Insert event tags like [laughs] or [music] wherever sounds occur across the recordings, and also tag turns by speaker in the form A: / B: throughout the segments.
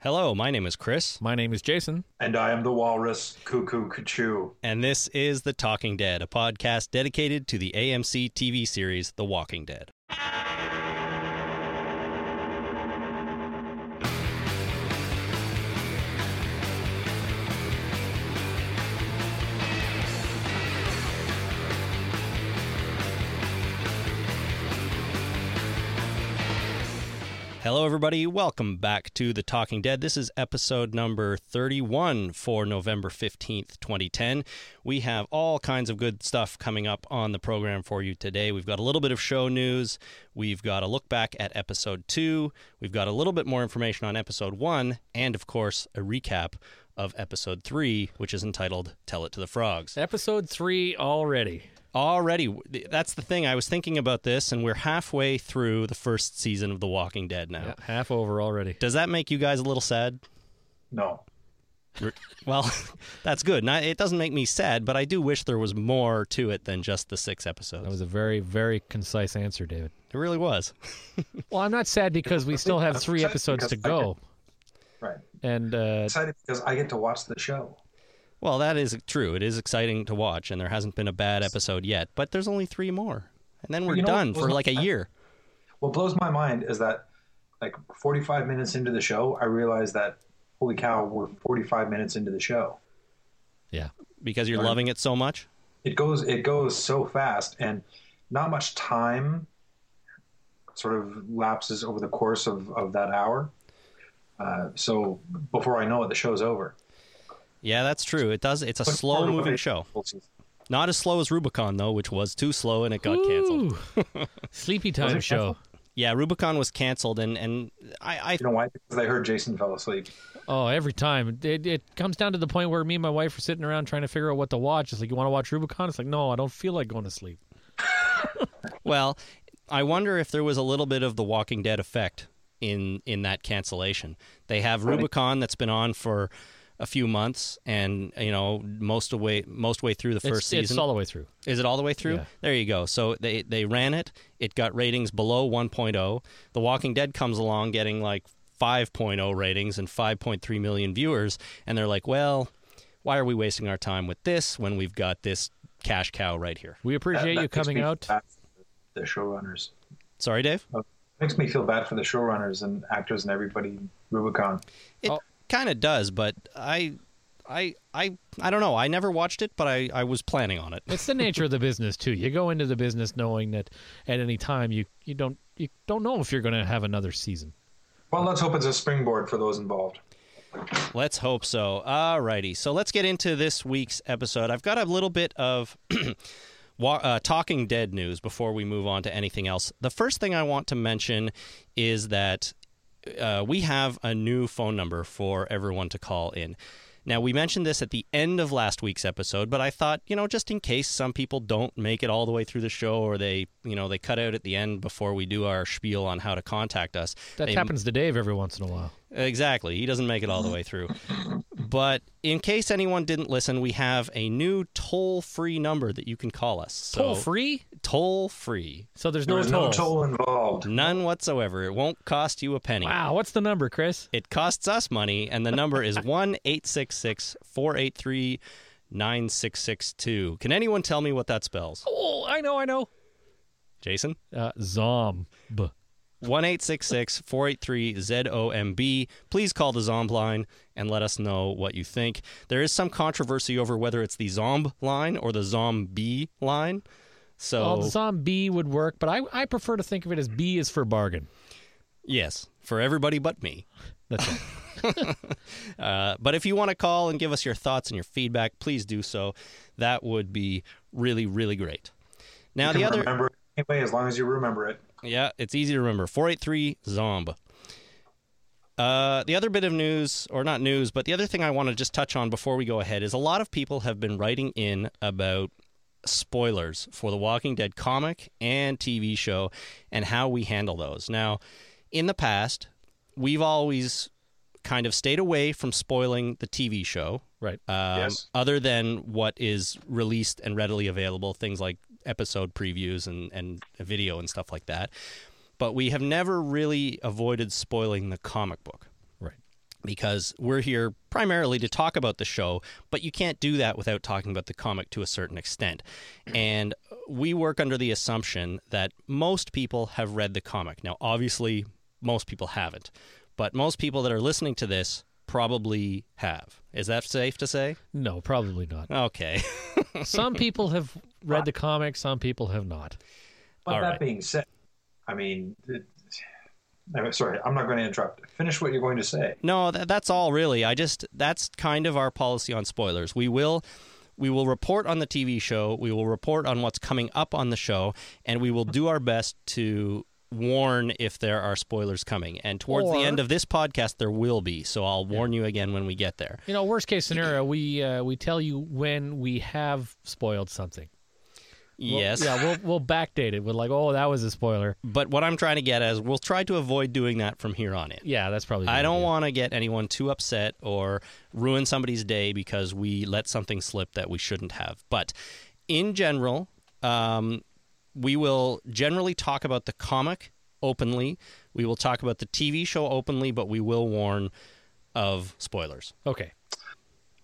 A: Hello, my name is Chris,
B: My name is Jason.
C: And I am the walrus, Cuckoo Cuckoo.
A: and this is The Talking Dead, a podcast dedicated to the AMC TV series The Walking Dead. Hello, everybody. Welcome back to The Talking Dead. This is episode number 31 for November 15th, 2010. We have all kinds of good stuff coming up on the program for you today. We've got a little bit of show news. We've got a look back at episode two. We've got a little bit more information on episode one. And, of course, a recap of episode three, which is entitled Tell It to the Frogs
B: Episode three already.
A: already w- that's the thing i was thinking about this and we're halfway through the first season of the walking dead now
B: Yeah, half over already.
A: does that make you guys a little sad
C: No.
A: well [laughs] that's good Not, it doesn't make me sad but i do wish there was more to it than just the six episodes
B: That was a very, very concise answer, David.
A: it really was
B: Well, I'm not sad because we still have three
C: upset
B: episodes to
C: because I
B: go.
C: Right.
B: And uh,
C: Excited because I get to watch the show.
A: well that is true it is exciting to watch and there hasn't been a bad episode yet but there's only three more and then we're
C: you know what
A: done
C: blows
A: for
C: my-
A: like a year
C: What blows my mind is that, like, 45 minutes into the show, I realize that, holy cow, we're 45 minutes into the show.
B: yeah,
A: because you're loving it so much
C: It goes, it goes so fast, and not much time sort of lapses over the course of, of that hour. Uh, so before I know it, the show's over.
A: yeah that's true it does it's a slow moving show not as slow as rubicon though which was too slow and it got canceled
B: Ooh. [laughs] Sleepy time show.
A: Yeah, Rubicon was canceled, and and I, I
C: You know why? Because I heard Jason fell asleep.
B: Oh, every time it, it comes down to the point where me and my wife are sitting around trying to figure out what to watch. It's like you want to watch Rubicon. It's like no, I don't feel like going to sleep.
A: well, I wonder if there was a little bit of the Walking Dead effect in in that cancellation. They have Rubicon that's been on for a few months, and you know most of way most way through the
B: It's-
A: first
B: it's
A: season.
B: all the way through.
A: Is it all the way through?
B: Yeah.
A: There you go. So they they ran it. It got ratings below 1.0. The Walking Dead comes along getting like 5.0 ratings and 5.3 million viewers and they're like, "Well, why are we wasting our time with this when we've got this cash cow right here?"
B: We appreciate
C: That-
B: you
C: that makes
B: coming
C: me
B: out.
C: bad for The showrunners
A: Sorry, Dave.
C: makes me feel bad for the showrunners and actors and everybody. Rubicon.
A: It
B: Oh.
A: kind of does, but I I I I don't know. I never watched it, but I I was planning on it.
B: It's the nature of the business too. You go into the business knowing that at any time you, you don't you don't know if you're going to have another season.
C: Well, let's hope it's a springboard for those involved.
A: Let's hope so. Alrighty, So let's get into this week's episode. I've got a little bit of [clears throat] wa- uh, Talking Dead news before we move on to anything else. The first thing I want to mention is that uh, we have a new phone number for everyone to call in. Now, we mentioned this at the end of last week's episode, but I thought, you know, just in case some people don't make it all the way through the show or they, you know, they cut out at the end before we do our spiel on how to contact us.
B: That
A: they
B: happens to Dave every once in a while.
A: Exactly. He doesn't make it all the way through. But in case anyone didn't listen, we have a new toll free number that you can call us. So,
B: toll free?
A: Toll free.
B: So there's no
C: There's no
B: tolls.
C: toll involved.
A: None whatsoever. It won't cost you a penny.
B: Wow, what's the number, Chris?
A: It costs us money, and the number is 1 866 483 9662. Can anyone tell me what that spells?
B: Oh, I know, I know.
A: Jason?
B: Uh, Zom. B.
A: 1 866 483 ZOMB. Please call the Zomb line and let us know what you think. There is some controversy over whether it's the Zomb line or the Zombie line.
C: Oh.
B: Well,
A: So,
B: Zom B would work, but I, I prefer to think of it as B is for bargain.
A: yes, for everybody but me.
B: That's it.
A: [laughs] Uh, but if you want to call and give us your thoughts and your feedback, please do so. That would be really, really great. Now,
C: You
A: the
C: can
A: other.
C: remember it anyway, as long as you remember it.
A: Yeah, it's easy to remember. 483 Zomb. Uh, the other bit of news, or not news, but the other thing I want to just touch on before we go ahead is a lot of people have been writing in about spoilers for the Walking Dead comic and TV show and how we handle those. Now, in the past, we've always kind of stayed away from spoiling the TV show
B: Right. uh,
A: um,
C: Yes.
A: other than what is released and readily available, things like episode previews and, and video and stuff like that. But we have never really avoided spoiling the comic book.
B: Right.
A: because we're here primarily to talk about the show, but you can't do that without talking about the comic to a certain extent. And we work under the assumption that most people have read the comic. Now, obviously, most people haven't, but most people that are listening to this probably have. Is that safe to say?
B: No, probably not.
A: Okay. [laughs]
B: Some people have read the comic, some people have not.
C: But
A: All
C: that
A: right.
C: being said, I mean, it, I'm sorry, I'm not going to interrupt. Finish what you're going to say.
A: No, that, that's all really. I just that's kind of our policy on spoilers. We will we will report on the TV show, we will report on what's coming up on the show, and we will do our best to warn if there are spoilers coming. And towards the
B: Or-
A: end of this podcast there will be, so I'll warn you again when we get there.
B: You know, worst case scenario, we uh, we tell you when we have spoiled something. We'll-
A: Yes.
B: Yeah, we'll we'll backdate it with like, oh, that was a spoiler.
A: But what I'm trying to get at is we'll try to avoid doing that from here on in.
B: Yeah, that's probably. a
A: I
B: good
A: don't
B: idea.
A: want to get anyone too upset or ruin somebody's day because we let something slip that we shouldn't have. But in general, um, we will generally talk about the comic openly. We will talk about the TV show openly, but we will warn of spoilers.
B: Okay.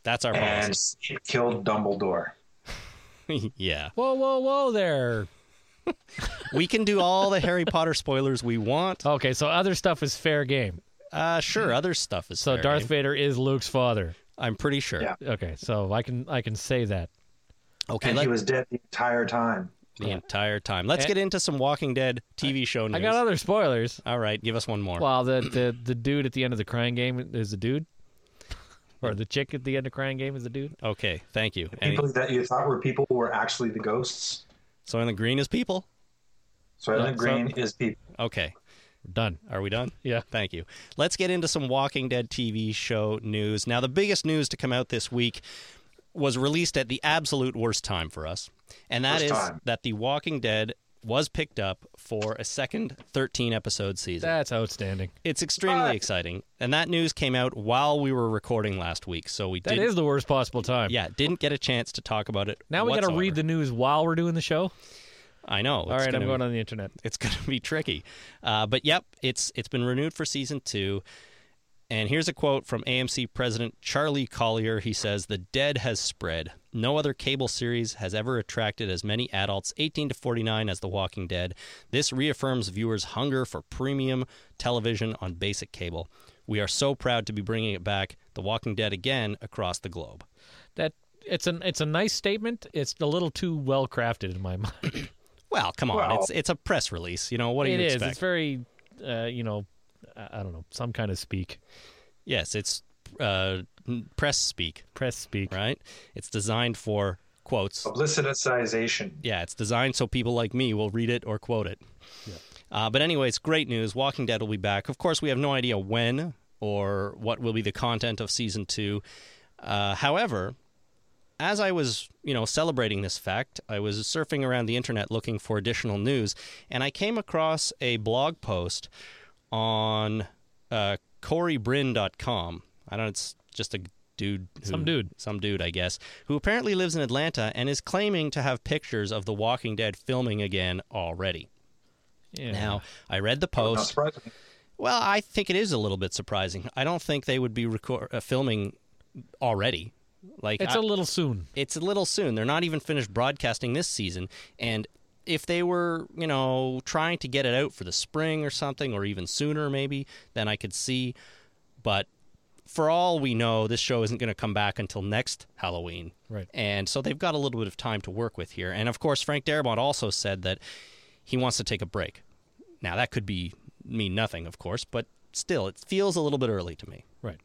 A: That's our
C: And
A: policy.
C: it killed Dumbledore.
A: [laughs] yeah.
B: Whoa, whoa, whoa, there.
A: We can do all the Harry Potter spoilers we want.
B: Okay, so other stuff is fair game.
A: Uh, sure, other stuff is
B: So
A: fair
B: Darth
A: game.
B: Vader is Luke's father.
A: I'm pretty sure.
C: Yeah.
B: Okay, so I can I can say that.
A: Okay,
C: and
A: let-
C: he was dead the entire time.
A: the entire time. Let's
B: Eh.
A: get into some Walking Dead TV show news.
B: I got other spoilers.
A: All right, give us one more.
B: Well, the, the the dude at the end of the crying game is a dude, or the chick at the end of crying game is a dude.
A: Okay, thank you. Any-
C: People that you thought were people were actually the ghosts.
A: so in the green is people.
C: So
B: Yeah,
C: Island Green is people.
A: Okay,
B: Done.
A: are we done?
B: Yeah.
A: Thank you. Let's get into some Walking Dead TV show news. Now, the biggest news to come out this week was released at the absolute worst time for us, and that
C: Worst
A: is
C: time.
A: that The Walking Dead was picked up for a second 13 episode season.
B: That's outstanding.
A: it's extremely
C: What?
A: exciting, and that news came out while we were recording last week, so we
B: That
A: didn't.
B: is the worst possible time.
A: yeah, didn't get a chance to talk about it.
B: Now we got to read the news while we're doing the show.
A: I know.
B: All right, I'm going on the internet.
A: it's [laughs] going to be tricky. Uh, but yep, it's it's been renewed for season two. And here's a quote from AMC president Charlie Collier. He says, "The dead has spread. No other cable series has ever attracted as many adults 18 to 49 as The Walking Dead. This reaffirms viewers' hunger for premium television on basic cable. We are so proud to be bringing it back, The Walking Dead again across the globe."
B: That it's an it's a nice statement. It's a little too well crafted in my [laughs] mind.
A: Well, come on,
C: Well-
A: it's it's a press release. You know what do
B: It
A: you
B: is.
A: expect?
B: It's very, uh, you know, I I don't know, some kind of speak,
A: yes, it's uh, press speak.
B: press speak.
A: right? It's designed for quotes.
C: Publicitization.
A: Yeah, it's designed so people like me will read it or quote it. Uh, but anyways, great news. Walking Dead will be back. Of course, we have no idea when or what will be the content of season two. Uh, however, as I was, you know, celebrating this fact, I was surfing around the internet looking for additional news, and I came across a blog post on uh, CoreyBrin.com. I don't. It's just a dude. Who,
B: Some dude.
A: Some dude, I guess, who apparently lives in Atlanta and is claiming to have pictures of The Walking Dead filming again already.
B: Yeah.
A: Now, I read the
C: Not
A: post.
C: surprising.
A: Well, I think it is a little bit surprising. I don't think they would be record- uh, filming already. Like
B: it's
A: I-
B: a little soon.
A: it's a little soon. They're not even finished broadcasting this season, and if they were, you know, trying to get it out for the spring or something, or even sooner maybe, then I could see. But for all we know, this show isn't going to come back until next Halloween,
B: Right.
A: and so they've got a little bit of time to work with here. And of course, Frank Darabont also said that he wants to take a break. Now that could be mean nothing, of course, but still, it feels a little bit early to me.
B: Right.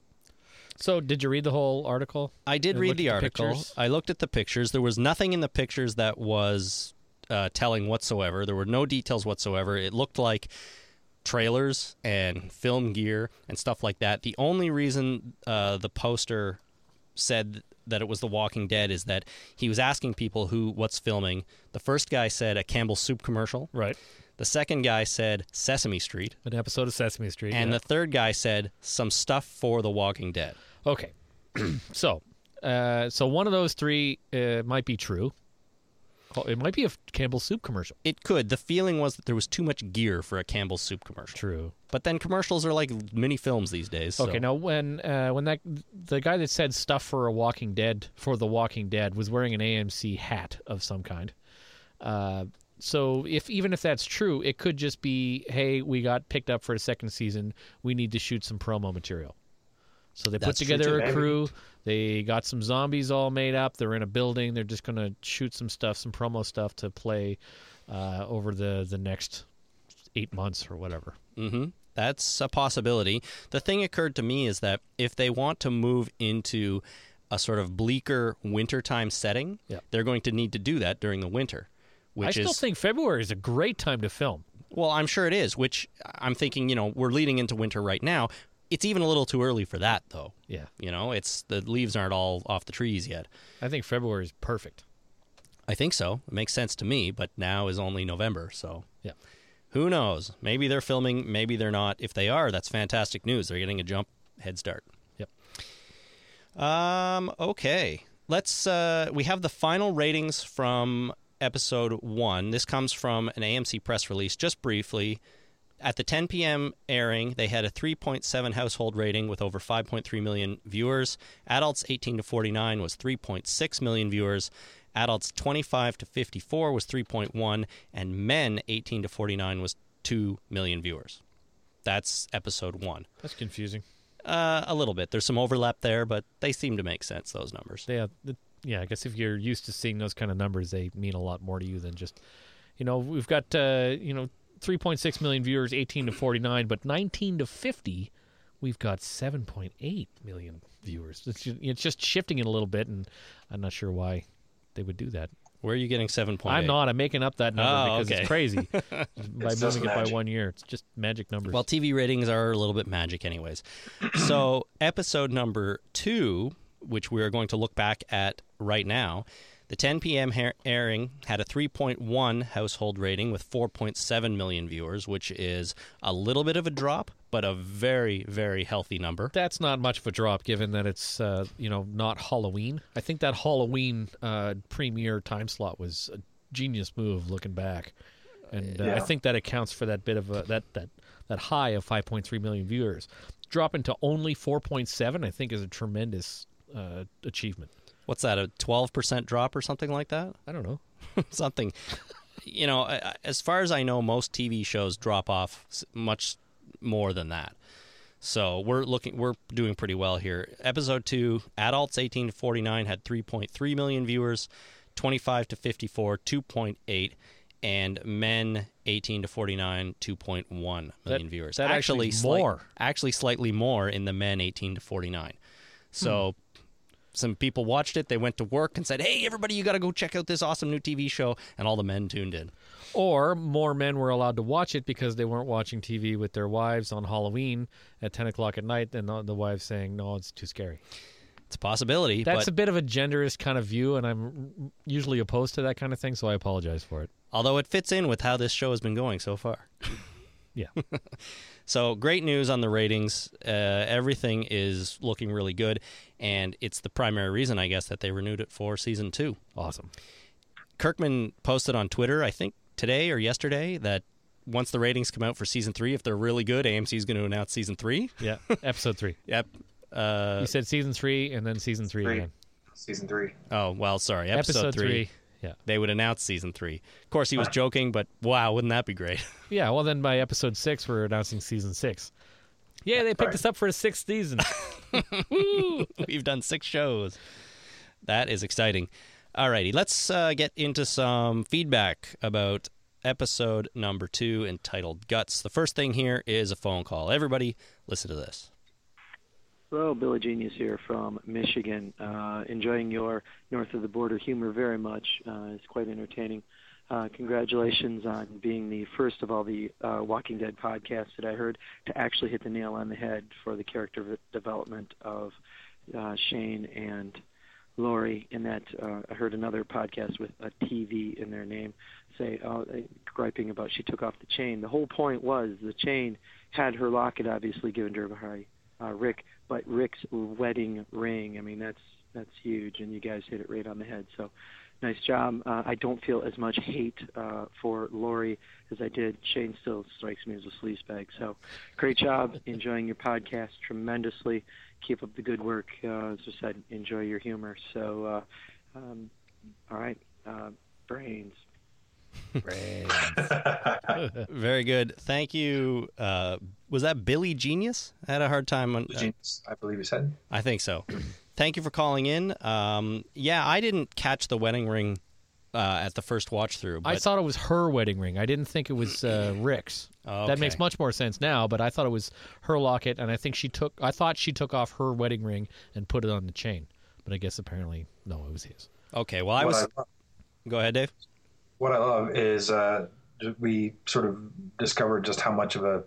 B: So, did you read the whole article?
A: I did
B: And
A: read
B: looked
A: the
B: at the
A: article.
B: pictures?
A: I looked at the pictures. There was nothing in the pictures that was uh, telling whatsoever. There were no details whatsoever. It looked like trailers and film gear and stuff like that. The only reason uh, the poster said that it was The Walking Dead is that he was asking people who what's filming. The first guy said a Campbell soup commercial.
B: Right.
A: The second guy said Sesame Street,
B: An episode of Sesame Street.
A: and
B: yeah.
A: the third guy said some stuff for The Walking Dead.
B: Okay. [clears throat] so, uh, so one of those three uh, might be true. Call- It might be a Campbell's soup commercial.
A: It could. The feeling was that there was too much gear for a Campbell's soup commercial.
B: True.
A: But then commercials are like mini films these days. so-
B: Okay, now when uh, when that the guy that said stuff for a Walking Dead for the Walking Dead was wearing an AMC hat of some kind. Uh, so if even if that's true, it could just be, hey, we got picked up for a second season. We need to shoot some promo material. So they put
A: That's true,
B: together
C: too.
B: a crew. They got some zombies all made up. They're in a building. They're just gonna shoot some stuff, some promo stuff to play uh, over the the next eight months or whatever.
A: hmm That's a possibility. The thing occurred to me is that if they want to move into a sort of bleaker wintertime setting,
B: Yeah.
A: they're going to need to do that during the winter. Which
B: I still
A: is
B: think February is a great time to film.
A: well, I'm sure it is. Which I'm thinking, you know, we're leading into winter right now. It's even a little too early for that, though.
B: Yeah,
A: You know, it's the leaves aren't all off the trees yet.
B: I think February is perfect.
A: I think so. It makes sense to me, but now is only November, so
B: Yeah.
A: who knows? Maybe they're filming, maybe they're not. If they are, that's fantastic news. They're getting a jump head start.
B: Yep.
A: Um, okay. Let's uh we have the final ratings from episode 1. This comes from an AMC press release just briefly. At the 10 p.m. airing, they had a 3.7 household rating with over 5.3 million viewers. Adults 18 to 49 was 3.6 million viewers. Adults 25 to 54 was 3.1, and men 18 to 49 was 2 million viewers. That's episode one.
B: That's confusing.
A: Uh, a little bit. There's some overlap there, but they seem to make sense, those numbers.
B: Yeah, the, yeah. I guess if you're used to seeing those kind of numbers, they mean a lot more to you than just, you know, we've got uh, you know 3.6 million viewers, 18 to 49, but 19 to 50, we've got 7.8 million viewers. It's just, it's just shifting it a little bit, and I'm not sure why they would do that.
A: Where are you getting 7.8?
B: I'm not. I'm making up that number
A: Oh,
B: because
A: okay.
B: it's crazy. by
C: just
B: moving it by
C: magic.
B: one year, it's just magic numbers.
A: Well, TV ratings are a little bit magic, anyways. [clears throat] so, episode number two, which we are going to look back at right now, the 10 p.m. hair airing had a 3.1 household rating with 4.7 million viewers, which is a little bit of a drop, but a very, very healthy number.
B: that's not much of a drop given that it's uh, you know not Halloween. I think that Halloween uh, premiere time slot was a genius move looking back, and uh, I
C: Yeah.
B: think that accounts for that bit of a, that that that high of 5.3 million viewers. Dropping to only 4.7, I think, is a tremendous uh, achievement.
A: What's that, a 12% drop or something like that?
B: I don't know.
A: [laughs] something. You know, I- I- as far as I know, most TV shows drop off s- much more than that. So we're looking, we're doing pretty well here. Episode two, adults 18 to 49 had 3.3 million viewers, 25 to 54, 2.8, and men 18 to 49, 2.1 million
B: That-
A: viewers.
B: that actually is
A: slight-
B: more.
A: actually slightly more in the men 18 to 49. So some people watched it. They went to work and said, "Hey, everybody, you got to go check out this awesome new TV show." And all the men tuned in.
B: Or more men were allowed to watch it because they weren't watching TV with their wives on Halloween at 10 o'clock at night, and the the wives saying, "No, it's too scary."
A: It's a possibility,
B: That's
A: but
B: a bit of a genderist kind of view, and I'm usually opposed to that kind of thing, so I apologize for it.
A: although it fits in with how this show has been going so far. [laughs]
B: Yeah.
A: So great news on the ratings. Uh, everything is looking really good, and it's the primary reason, I guess, that they renewed it for season two.
B: awesome.
A: Kirkman posted on Twitter, I think today or yesterday, that once the ratings come out for season three, if they're really good, AMC is going to announce season three.
B: Yeah. Episode three.
A: Yep. Uh,
B: you said season three and then season three,
C: Three.
B: again.
C: Season three.
A: oh well, sorry. Episode, three.
B: Yeah.
A: they would announce season three. Of course, he was joking, but wow, wouldn't that be great? [laughs]
B: Yeah. Well, then by episode six, we're announcing season six. Yeah, they picked
C: Right.
B: us up for a sixth
A: [laughs]
B: season.
A: We've done six shows. That is exciting. Alrighty, let's uh, get into some feedback about episode number two entitled Guts. The first thing here is a phone call. Everybody, listen to this.
D: Hello, Billy Genius here from Michigan. Uh, enjoying your north of the border humor very much. Uh, it's quite entertaining. Uh, congratulations on being the first of all the uh, Walking Dead podcasts that I heard to actually hit the nail on the head for the character v- development of uh, Shane and Lori. In that, uh, I heard another podcast with a TV in their name say, uh, griping about she took off the chain. The whole point was the chain had her locket obviously given to her by uh, Rick, but Rick's wedding ring. I mean, that's that's huge, and you guys hit it right on the head. So, nice job. Uh, I don't feel as much hate uh, for Lori as I did. Shane still strikes me as a sleazebag. So, great job. Enjoying your podcast tremendously. Keep up the good work. Uh, as I said, enjoy your humor. So, uh, um, all right, uh, brains.
B: Brains.
A: Very good. Thank you. Uh, was that Billy Genius? I had a hard time. On, uh,
C: Genius, I believe he said.
A: I think so. Thank you for calling in. Um, yeah, I didn't catch the wedding ring uh, at the first watch through.
B: I thought it was her wedding ring. I didn't think it was uh, Rick's. That makes much more sense now, but I thought it was her locket, and I think she took. I thought she took off her wedding ring and put it on the chain, but I guess apparently no, it was his.
A: Okay. Well, I was.
C: What I,
A: Go ahead, Dave.
C: what I love is uh, we sort of discovered just how much of a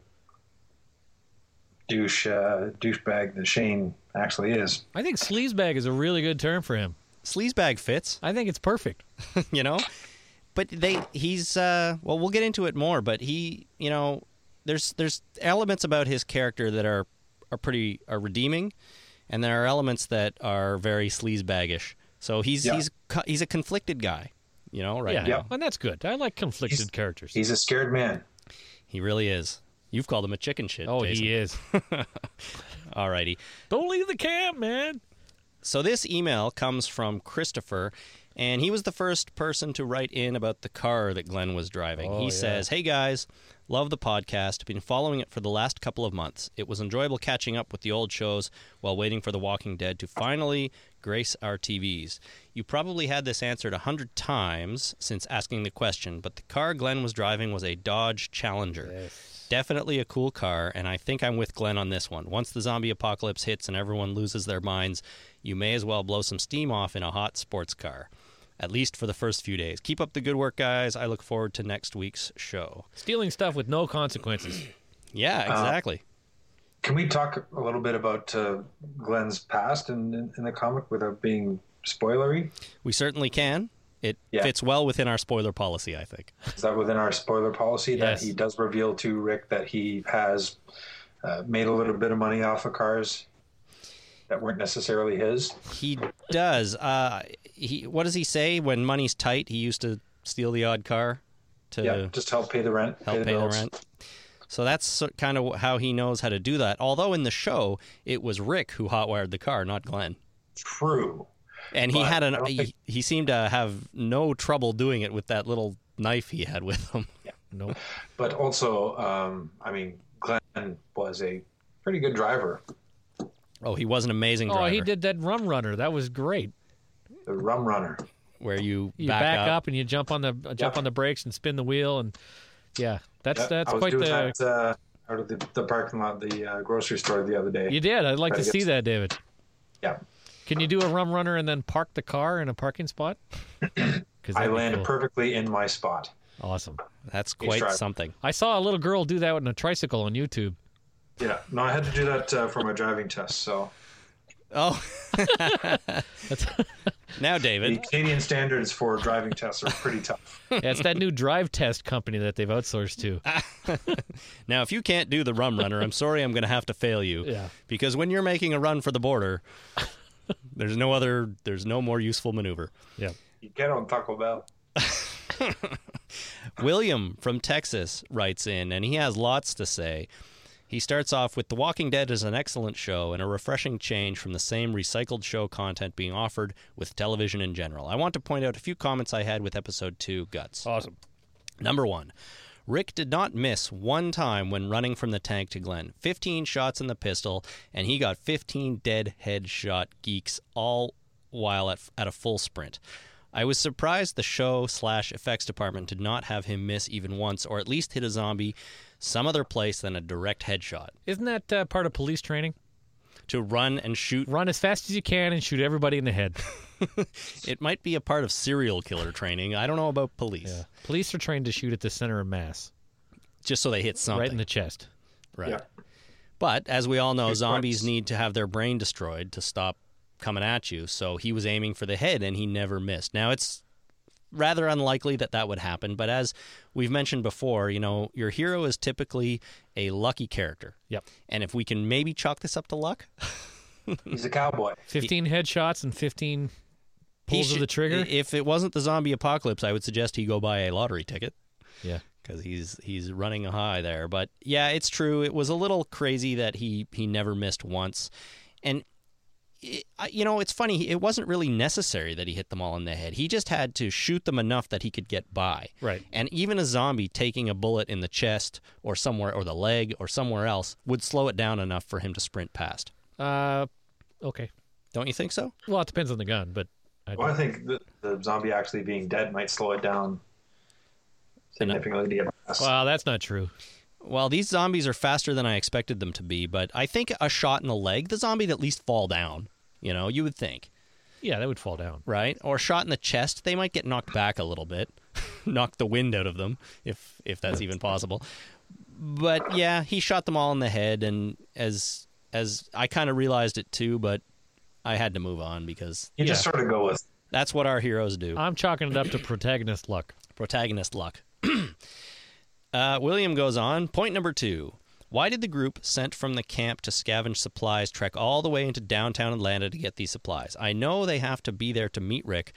C: douche uh, douchebag that Shane actually is.
B: I think sleazebag is a really good term for him.
A: Sleazebag fits. [laughs]
B: I think it's perfect.
A: you know but they he's uh well we'll get into it more but he you know there's there's elements about his character that are are pretty are redeeming and there are elements that are very sleazebaggish so he's
C: Yeah.
A: he's co- he's a conflicted guy you know right
B: yeah,
A: now.
C: Yeah.
B: and that's good. I like conflicted
C: He's-
B: characters.
C: He's a scared man.
A: he really is you've called him a chicken shit
B: oh,
A: Jason.
B: he is.
A: alrighty
B: Don't leave the camp, man.
A: So this email comes from Christopher, and he was the first person to write in about the car that Glenn was driving.
B: Oh,
A: he
B: yeah.
A: says, "Hey guys, love the podcast. Been following it for the last couple of months. It was enjoyable catching up with the old shows while waiting for The Walking Dead to finally grace our TVs. You probably had this answered a hundred times since asking the question, but the car Glenn was driving was a Dodge Challenger." Definitely a cool car, and I think I'm with Glenn on this one. Once the zombie apocalypse hits and everyone loses their minds, you may as well blow some steam off in a hot sports car, at least for the first few days. Keep up the good work, guys. I look forward to next week's show.
B: Stealing stuff with no [clears throat] consequences.
A: Yeah, exactly.
C: Can we talk a little bit about uh, Glenn's past in, in, in the comic without being spoilery?
A: we certainly can. It
C: Yeah.
A: fits well within our spoiler policy, I think.
C: Is that within our spoiler policy
B: Yes.
C: that he does reveal to Rick that he has uh, made a little bit of money off of cars that weren't necessarily his?
A: He does. Uh, he what does he say? When money's tight, he used to steal the odd car to
C: yeah, just help pay the rent.
A: help pay the
C: bills.
A: rent. So that's so- kind of how he knows how to do that. Although in the show, it was Rick who hotwired the car, not Glenn.
C: True.
A: And he
C: But
A: had
C: I
A: an
C: don't
A: he,
C: think-
A: he seemed to have no trouble doing it with that little knife he had with him. [laughs]
B: Nope.
C: But also, um, I mean, Glenn was a pretty good driver.
A: Oh, he was an amazing driver.
B: Oh, he did that rum runner. That was great.
C: The rum runner.
A: Where you,
B: You back, up. and you jump on the uh, jump
C: Yeah.
B: on the brakes and spin the wheel and yeah, that's
C: Yeah,
B: that's
C: I was
B: quite the.
C: doing that uh, out of the, the parking lot, the uh, grocery store the other day.
B: You did. I'd like
C: Try
B: to
C: to get
B: see
C: s-
B: that, David.
C: Yeah.
B: Can you do a rum runner and then park the car in a parking
C: [clears throat]
B: spot? Because
C: I landed perfectly in my spot.
B: Awesome.
A: That's
C: He's
A: quite
C: driving.
A: something.
B: I saw a little girl do that on a tricycle on YouTube.
C: Yeah. No, I had to do that uh, for my driving test. So
A: Oh, [laughs]
B: That's, [laughs]
A: now
C: the
A: David,
C: Canadian standards for driving tests are pretty tough.
B: yeah, it's that new drive test company that they've outsourced to.
A: now if you can't do the rum runner, I'm sorry, I'm going to have to fail you.
B: Yeah.
A: Because when you're making a run for the border, there's no other, there's no more useful maneuver.
B: Yeah.
C: You get on Taco Bell.
A: William from Texas writes in, and he has lots to say. He starts off with The Walking Dead is an excellent show and a refreshing change from the same recycled show content being offered with television in general. I want to point out a few comments I had with episode 2 Guts.
B: Awesome.
A: Number one, Rick did not miss one time when running from the tank to Glenn. 15 shots in the pistol, and he got 15 dead headshot geeks all while at, at a full sprint. I was surprised the show slash effects department did not have him miss even once, or at least hit a zombie some other place than a direct headshot.
B: Isn't that uh, part of police training?
A: To run and shoot,
B: Run as fast as you can and shoot everybody in the head.
A: it might be a part of serial killer training. I don't know about police.
B: Police are trained to shoot at the center of mass,
A: Just so they hit something.
B: right in the chest.
A: Right.
C: Yeah.
A: But as we all know,
C: Good
A: zombies
C: points.
A: need to have their brain destroyed to stop coming at you. So he was aiming for the head and he never missed. Now it's rather unlikely that that would happen, but as we've mentioned before, you know, your hero is typically a lucky character.
B: Yep.
A: And if we can maybe chalk this up to luck,
C: He's a cowboy.
B: 15 headshots and
A: he
B: 15 Pulls of the trigger?
A: i- If it wasn't the zombie apocalypse, I would suggest he go buy a lottery ticket.
B: Yeah.
A: because he's he's running high there. But yeah, it's true. It was a little crazy that he he never missed once, and it, I- you know it's funny. It wasn't really necessary that he hit them all in the head. He just had to shoot them enough that he could get by.
B: Right.
A: And even a zombie taking a bullet in the chest or somewhere or the leg or somewhere else would slow it down enough for him to sprint past.
B: Uh, okay.
A: Don't you think so?
B: Well, it depends on the gun, but I
C: Well, I think the, the zombie actually being dead might slow it down significantly to get past.
B: Well, that's not true.
A: Well, these zombies are faster than I expected them to be, but I think a shot in the leg, the zombie would at least fall down. You know, you would think.
B: Yeah, that would fall down.
A: right? Or shot in the chest, they might get knocked back a little bit, [laughs] knock the wind out of them, if if that's even possible. But yeah, he shot them all in the head, and as as I kind of realized it too, but I had to move on because
C: you just
B: yeah.
C: sort of go with
A: that's what our heroes do.
B: I'm chalking it up to protagonist luck.
A: Protagonist luck. [clears throat] uh, William goes on. Point number two. Why did the group sent from the camp to scavenge supplies trek all the way into downtown Atlanta to get these supplies? I know they have to be there to meet Rick,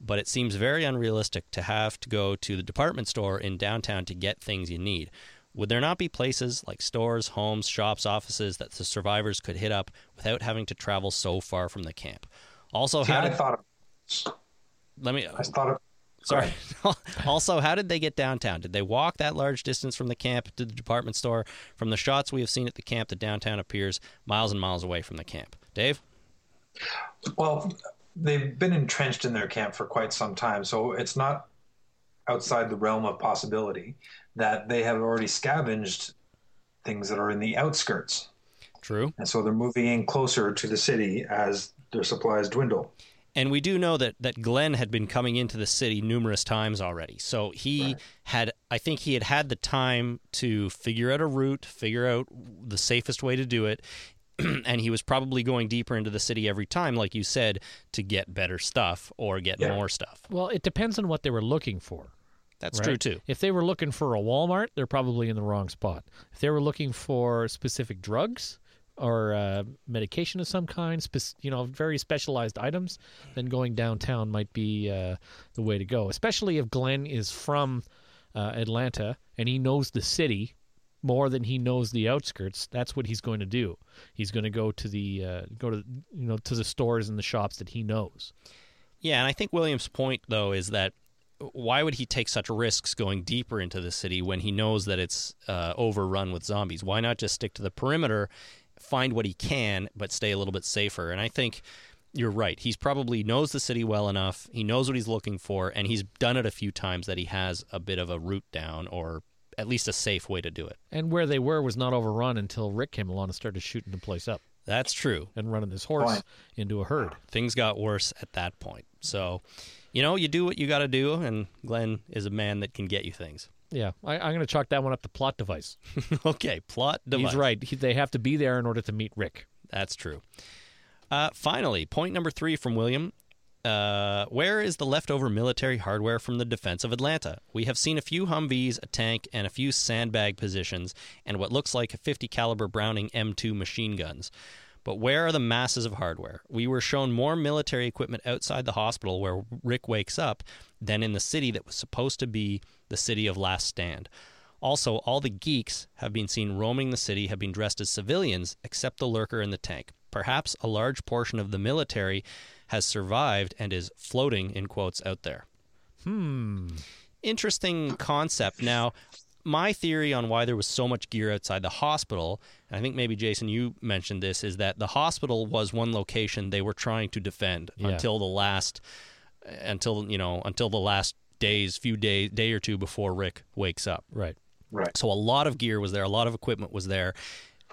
A: but it seems very unrealistic to have to go to the department store in downtown to get things you need. Would there not be places like stores, homes, shops, offices that the survivors could hit up without having to travel so far from the camp? Also,
C: See,
A: how
C: I
A: did
C: thought of,
A: let me
C: I thought of,
A: Sorry. [laughs] also, how did they get downtown? Did they walk that large distance from the camp to the department store? From the shots we have seen at the camp, the downtown appears miles and miles away from the camp. Dave?
C: well, they've been entrenched in their camp for quite some time, so it's not outside the realm of possibility that they have already scavenged things that are in the outskirts,
A: True.
C: and so they're moving in closer to the city as their supplies dwindle.
A: And we do know that, that Glenn had been coming into the city numerous times already. So he had, I think he had had the time to figure out a route, figure out the safest way to do it. [clears throat] and he was probably going deeper into the city every time, like you said, to get better stuff or get
C: Yeah.
A: more stuff.
B: Well, it depends on what they were looking for.
A: That's
B: right?
A: true, too.
B: If they were looking for a Walmart, they're probably in the wrong spot. If they were looking for specific drugs or uh, medication of some kind, spec- you know, very specialized items, then going downtown might be uh, the way to go. Especially if Glenn is from uh, Atlanta and he knows the city more than he knows the outskirts. That's what he's going to do. He's going to go to the uh, go to you know to the stores and the shops that he knows.
A: Yeah, and I think Williams' point though is that why would he take such risks going deeper into the city when he knows that it's uh, overrun with zombies? Why not just stick to the perimeter, find what he can, but stay a little bit safer? And I think you're right. He's probably knows the city well enough. He knows what he's looking for, and he's done it a few times that he has a bit of a route down or at least a safe way to do it.
B: And where they were was not overrun until Rick came along and started shooting the place up.
A: That's true.
B: and running this horse
C: Fine.
B: into a herd.
A: Things got worse at that point. So, you know, you do what you got to do, and Glenn is a man that can get you things.
B: Yeah, I, I'm going to chalk that one up to plot device.
A: [laughs] okay, plot device.
B: He's right. He, they have to be there in order to meet Rick.
A: That's true. Uh, finally, point number three from William. Uh, where is the leftover military hardware from the defense of Atlanta? We have seen a few Humvees, a tank, and a few sandbag positions, and what looks like a 50 caliber Browning M2 machine guns. But where are the masses of hardware? We were shown more military equipment outside the hospital where Rick wakes up than in the city that was supposed to be the city of Last Stand. Also, all the geeks have been seen roaming the city have been dressed as civilians, except the lurker in the tank. Perhaps a large portion of the military has survived and is floating in quotes out there.
B: Hmm.
A: Interesting concept. Now, my theory on why there was so much gear outside the hospital, and I think maybe Jason, you mentioned this, is that the hospital was one location they were trying to defend
B: Yeah.
A: until the last, until you know, until the last days, few days, day or two before Rick wakes up.
B: Right.
C: Right.
A: So a lot of gear was there, a lot of equipment was there.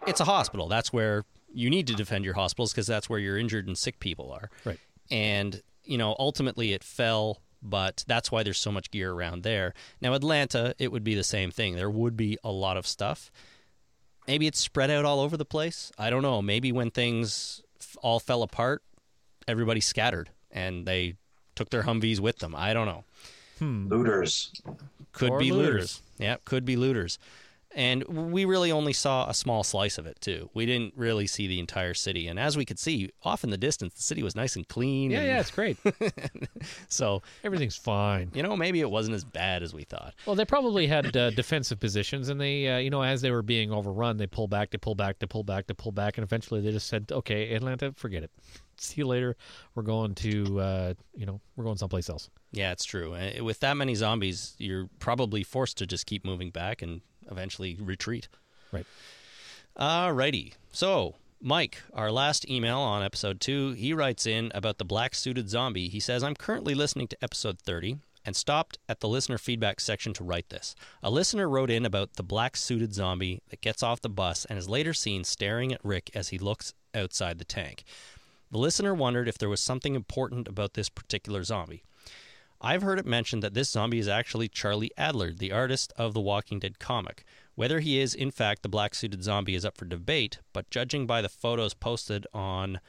A: It's a hospital. That's where you need to defend your hospitals because that's where your injured and sick people are.
B: Right.
A: And, you know, ultimately it fell, but that's why there's so much gear around there. Now, Atlanta, it would be the same thing. There would be a lot of stuff. Maybe it's spread out all over the place. I don't know. Maybe when things f- all fell apart, everybody scattered and they took their Humvees with them. I don't know
C: Looters.
A: could
B: Or
A: be looters.
B: looters.
A: Yeah, could be looters. And we really only saw a small slice of it too. We didn't really see the entire city. And as we could see, off in the distance, the city was nice and clean.
B: Yeah,
A: and-
B: yeah, it's [laughs] great.
A: [laughs] So
B: Everything's fine.
A: you know, maybe it wasn't as bad as we thought.
B: Well, they probably had uh, defensive positions, and they, uh, you know, as they were being overrun, they pull back, they pull back, they pull back, they pull back, and eventually they just said, "Okay, Atlanta, forget it. See you later. We're going to, uh, you know, we're going someplace else."
A: Yeah, it's true. Uh, With that many zombies, you're probably forced to just keep moving back and eventually retreat.
B: Right.
A: Alrighty. So, Mike, our last email on episode two, he writes in about the black suited zombie. He says, I'm currently listening to episode 30 and stopped at the listener feedback section to write this. A listener wrote in about the black suited zombie that gets off the bus and is later seen staring at Rick as he looks outside the tank. The listener wondered if there was something important about this particular zombie. I've heard it mentioned that this zombie is actually Charlie Adler, the artist of the Walking Dead comic. Whether he is, in fact, the black suited zombie is up for debate, but judging by the photos posted on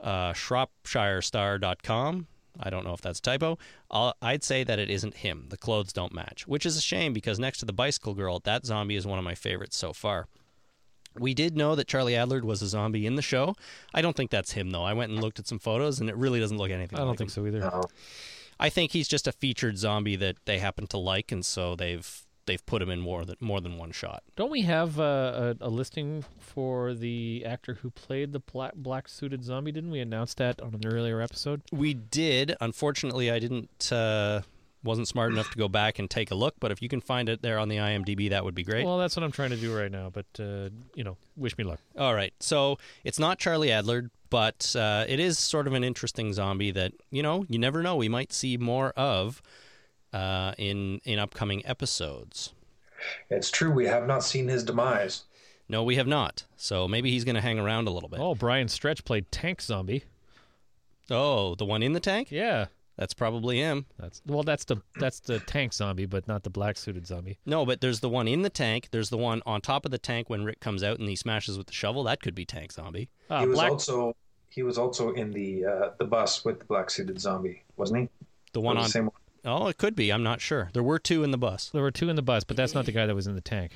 A: uh, shropshirestar.com, I don't know if that's a typo, I'll, I'd say that it isn't him. The clothes don't match, which is a shame because next to the bicycle girl, that zombie is one of my favorites so far. We did know that Charlie Adler was a zombie in the show. I don't think that's him, though. I went and looked at some photos, and it really doesn't look anything
B: I don't
A: like him.
B: think so either.
C: No.
A: I think he's just a featured zombie that they happen to like, and so they've they've put him in more than more than one shot.
B: Don't we have uh, a, a listing for the actor who played the black, black suited zombie? Didn't we announce that on an earlier episode?
A: We did. Unfortunately, I didn't uh, wasn't smart enough to go back and take a look. But if you can find it there on the IMDb, that would be great.
B: Well, that's what I'm trying to do right now, but uh, you know, wish me luck.
A: All right, so it's not Charlie Adler, but uh, it is sort of an interesting zombie that you know you never know we might see more of uh, in in upcoming episodes.
C: It's true. We have not seen his demise.
A: No, we have not. So maybe he's going to hang around a little bit.
B: Oh, Brian Stretch played Tank Zombie.
A: oh the one in the tank?
B: Yeah,
A: That's probably him.
B: that's well, that's the that's the Tank Zombie, but not the black suited zombie.
A: No, but there's the one in the tank. There's the one on top of the tank when Rick comes out and he smashes with the shovel. That could be Tank Zombie.
B: Ah,
C: he was
B: black.
C: also he was also in the uh, the bus with the black suited zombie, wasn't he?
A: The one
C: Or the
A: on.
C: same one.
A: Oh, it could be. I'm not sure. There were two in the bus,
B: There were two in the bus, but that's not the guy that was in the tank.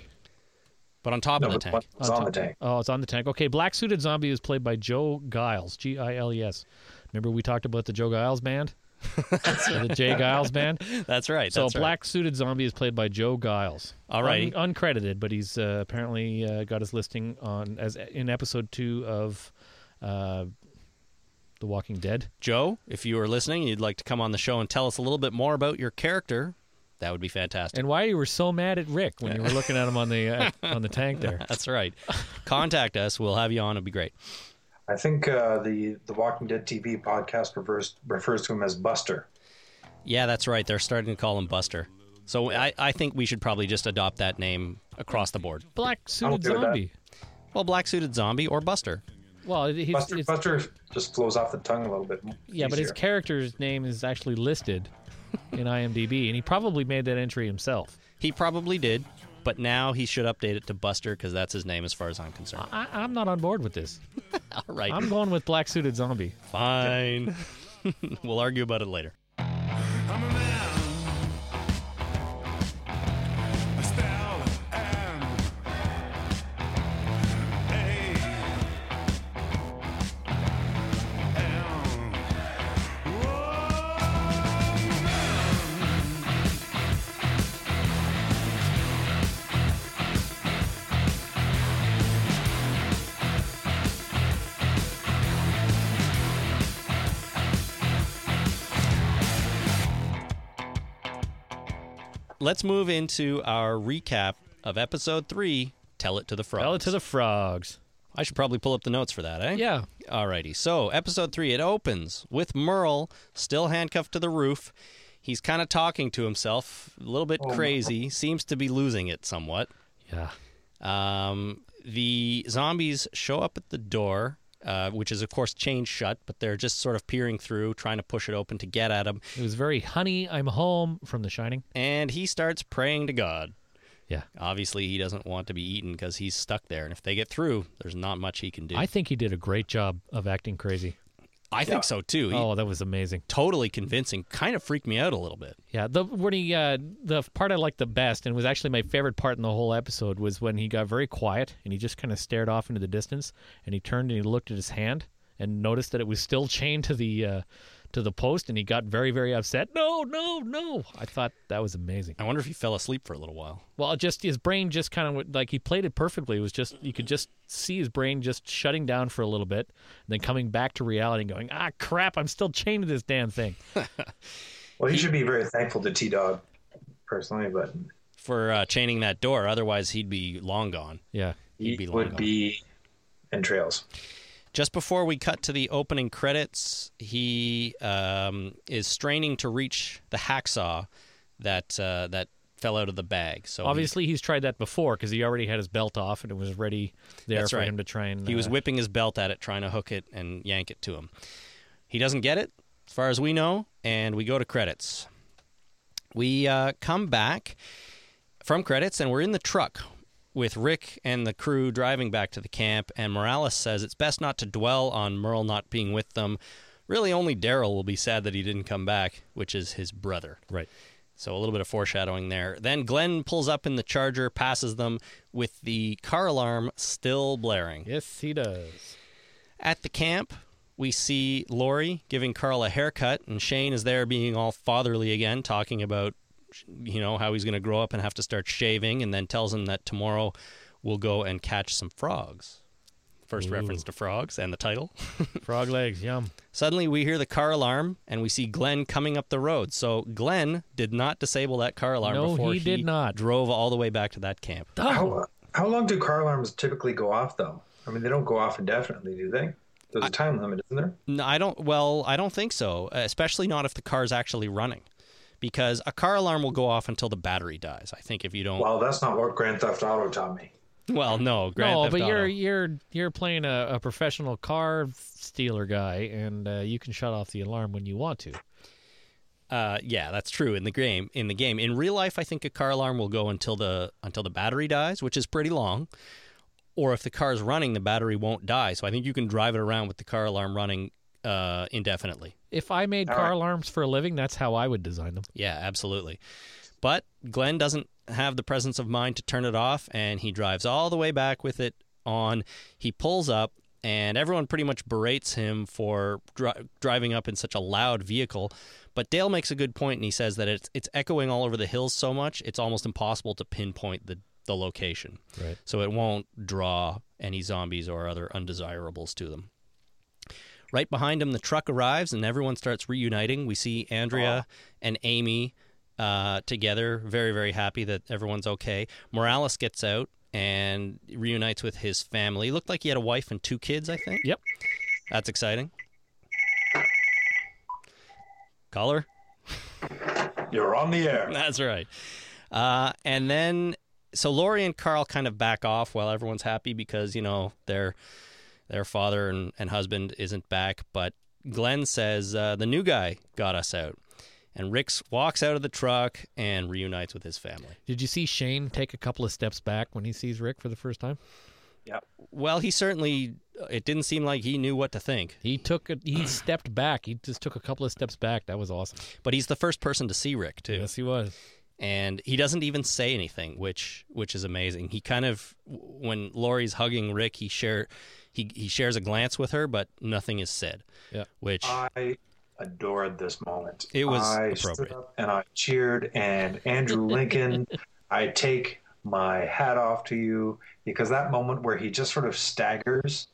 A: but on top
C: No,
A: of the
C: but
A: tank.
C: one was on the tank.
B: Oh, it's on the tank. Okay, black suited zombie was played by Joe Giles, G I L E S. Remember we talked about the Joe Giles band,
C: [laughs]
B: Or the Jay Giles band.
A: That's right.
B: So
A: that's
B: a
A: right.
B: black suited zombie is played by Joe Giles.
A: All righty.
B: Un- uncredited, but he's uh, apparently uh, got his listing on as in episode two of uh, The Walking Dead.
A: Joe, if you are listening and you'd like to come on the show and tell us a little bit more about your character, that would be fantastic.
B: And why you were so mad at Rick when you were looking at him on the uh, on the
A: [laughs]
B: tank there?
A: That's right.
B: [laughs]
A: Contact us. We'll have you on. It'd be great.
C: I think uh, the the Walking Dead TV podcast refers refers to him as Buster.
A: Yeah, that's right. They're starting to call him Buster. So I, I think we should probably just adopt that name across the board.
B: Black suited
C: okay with that.
B: zombie.
A: Well, black suited zombie or Buster.
B: Well, it- he's,
C: Buster,
B: it's,
C: Buster just flows off the tongue a little bit.
B: yeah, but his
C: easier.
B: character's name is actually listed in IMDb, and he probably made that entry himself.
A: He probably did, but now he should update it to Buster because that's his name as far as I'm concerned.
B: I, I'm not on board with this.
A: All right,
B: I'm going with black suited zombie. [laughs]
A: fine. [laughs] we'll argue about it later.
E: I'm a man. A spell and a and oh, man.
A: Let's move into our recap of episode three. Tell it to the frogs.
B: Bell it to the frogs.
A: I should probably pull up the notes for that, eh?
B: Yeah,
A: Alrighty. So, episode three, it opens with Merle still handcuffed to the roof. He's kind of talking to himself, a little
B: Oh,
A: bit crazy, seems to be losing it somewhat.
B: yeah.
A: Um, the zombies show up at the door, uh, which is, of course, chained shut, but they're just sort of peering through, trying to push it open to get at him.
B: It was very honey. I'm home from The Shining.
A: And he starts praying to God.
B: Yeah.
A: Obviously, he doesn't want to be eaten because he's stuck there. And if they get through, there's not much he can do.
B: I think he did a great job of acting crazy.
A: I think so too. He
B: Oh, that was amazing.
A: totally convincing. Kind of freaked me out a little bit.
B: Yeah, the when he uh, the part I liked the best and was actually my favorite part in the whole episode was when he got very quiet and he just kind of stared off into the distance and he turned and he looked at his hand and noticed that it was still [laughs] chained to the uh, to the post and he got very very upset. No, no, no! I thought that was amazing.
A: I wonder if he fell asleep for a little while.
B: Well, just his brain just kind of like he played it perfectly. It was just you could just see his brain just shutting down for a little bit, and then coming back to reality and going, ah, crap! I'm still chained to this damn thing.
C: Well, he should be very thankful to T Dog, personally, but
A: For uh, chaining that door, otherwise he'd be long gone.
B: Yeah.
A: He'd
C: he
A: be long
C: would
A: gone.
C: be in trails.
A: Just before we cut to the opening credits, he um, is straining to reach the hacksaw that uh, that fell out of the bag. So he-
B: Obviously, he's tried that before because he already had his belt off and it was ready there
A: That's
B: for
A: right.
B: him to try and.
A: he, was
B: uh,
A: whipping his belt at it, trying to hook it and yank it to him. He doesn't get it, as far as we know, and we go to credits. We uh, come back from credits, and we're in the truck with Rick and the crew driving back to the camp. And Morales says it's best not to dwell on Merle not being with them. Really, only Daryl will be sad that he didn't come back, which is his brother.
B: Right.
A: So a little bit of foreshadowing there. Then Glenn pulls up in the Charger, passes them with the car alarm still blaring.
B: Yes, he does.
A: At the camp, we see Lori giving Carl a haircut, and Shane is there being all fatherly again, talking about, you know, how he's going to grow up and have to start shaving, and then tells him that tomorrow we'll go and catch some frogs. First reference to frogs and the title. [laughs]
B: Frog
A: [coughs]
B: legs, yum.
A: Suddenly, we hear the car alarm, and we see Glenn coming up the road. So Glenn did not disable that car alarm
B: No,
A: before
B: he did not.
A: drove all the way back to that camp.
B: Oh,
C: How, how long do car alarms typically go off, though? I mean, they don't go off indefinitely, do they? There's a time limit, isn't there?
A: No, I don't. Well, I don't think so. uh, Especially not if the car's actually running, because a car alarm will go off until the battery dies. I think if you don't. Well,
C: Well, that's not what Grand Theft Auto taught me.
A: no, Grand
B: no,
A: Theft
B: but
A: Auto.
B: you're you're you're playing a, a professional car stealer guy, and uh, you can shut off the alarm when you want to.
A: Uh, yeah, that's true in the game. In the game, in real life, I think a car alarm will go until the until the battery dies, which is pretty long. Or if the car's running, the battery won't die. So I think you can drive it around with the car alarm running uh, indefinitely.
B: If I made
C: All
B: car
C: right.
B: alarms for a living, that's how I would design them.
A: Yeah, absolutely. But Glenn doesn't have the presence of mind to turn it off, and he drives all the way back with it on. He pulls up, and everyone pretty much berates him for dri- driving up in such a loud vehicle. But Dale makes a good point, and he says that it's it's echoing all over the hills so much it's almost impossible to pinpoint the the location.
B: Right.
A: So it won't draw any zombies or other undesirables to them. Right behind him, the truck arrives and everyone starts reuniting. We see Andrea and Amy uh, together, very, very happy that everyone's okay. Morales gets out and reunites with his family. Looked like he had a wife and two kids, I think.
B: Yep.
A: That's exciting. Caller?
C: You're on the air.
A: [laughs] That's right. Uh, and then, so Lori and Carl kind of back off while everyone's happy because you know their their father and, and husband isn't back. But Glenn says uh, the new guy got us out, and Rick walks out of the truck and reunites with his family.
B: Did you see Shane take a couple of steps back when he sees Rick for the first time?
A: Well, he certainly uh, it didn't seem like he knew what to think,
B: He took a, he stepped back. He just took a couple of steps back. That was awesome.
A: but he's the first person to see Rick too.
B: Yes, he was.
A: and he doesn't even say anything, which which is amazing. He kind of when Laurie's hugging Rick, he share he he shares a glance with her, but nothing is said.
B: Yeah.
A: which
C: I adored this moment.
A: It was
C: I
A: appropriate.
C: stood up and I cheered, and Andrew Lincoln, I take my hat off to you because that moment where he just sort of staggers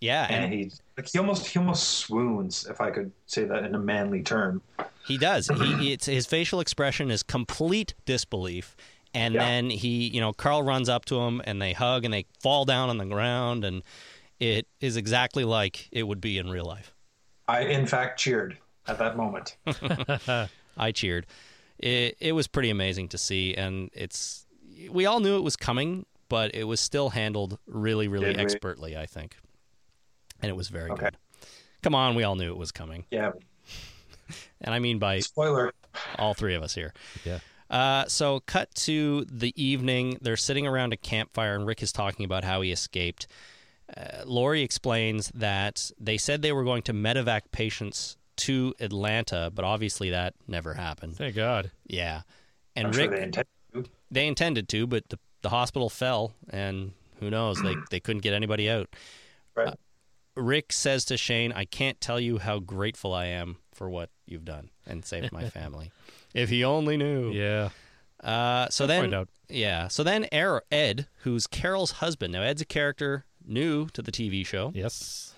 A: yeah,
C: and
A: and
C: he like he almost he almost swoons, if I could say that in a manly term.
A: he does. He it's his facial expression is complete disbelief, and
C: Yeah.
A: then he you know Carl runs up to him and they hug and they fall down on the ground, and it is exactly like it would be in real life.
C: I in fact cheered at
A: [laughs]
C: that moment.
A: I cheered. It, it was pretty amazing to see, and it's we all knew it was coming, but it was still handled really, really
C: Did we?
A: expertly, I think, and it was very
C: Okay.
A: good. Come on, we all knew it was coming,
C: Yeah.
A: and I mean by
C: Spoiler.
A: all three of us here.
B: Yeah.
A: Uh, so cut to the evening. They're sitting around a campfire, and Rick is talking about how he escaped. uh, Lori explains that they said they were going to medevac patients to Atlanta, but obviously that never happened.
B: Thank God.
A: Yeah.
C: I'm
A: And
C: sure
A: Rick,
C: they intend to.
A: they intended to, but the, the hospital fell, and who knows? They, they couldn't get anybody out. uh,
C: Right.
A: Rick says to Shane, I can't tell you how grateful I am for what you've done and saved
B: [laughs]
A: my family. if he only knew.
B: Yeah.
A: Uh, so then,
B: find out.
A: yeah. So then, Er- Ed, who's Carol's husband, now Ed's a character new to the TV show.
B: Yes.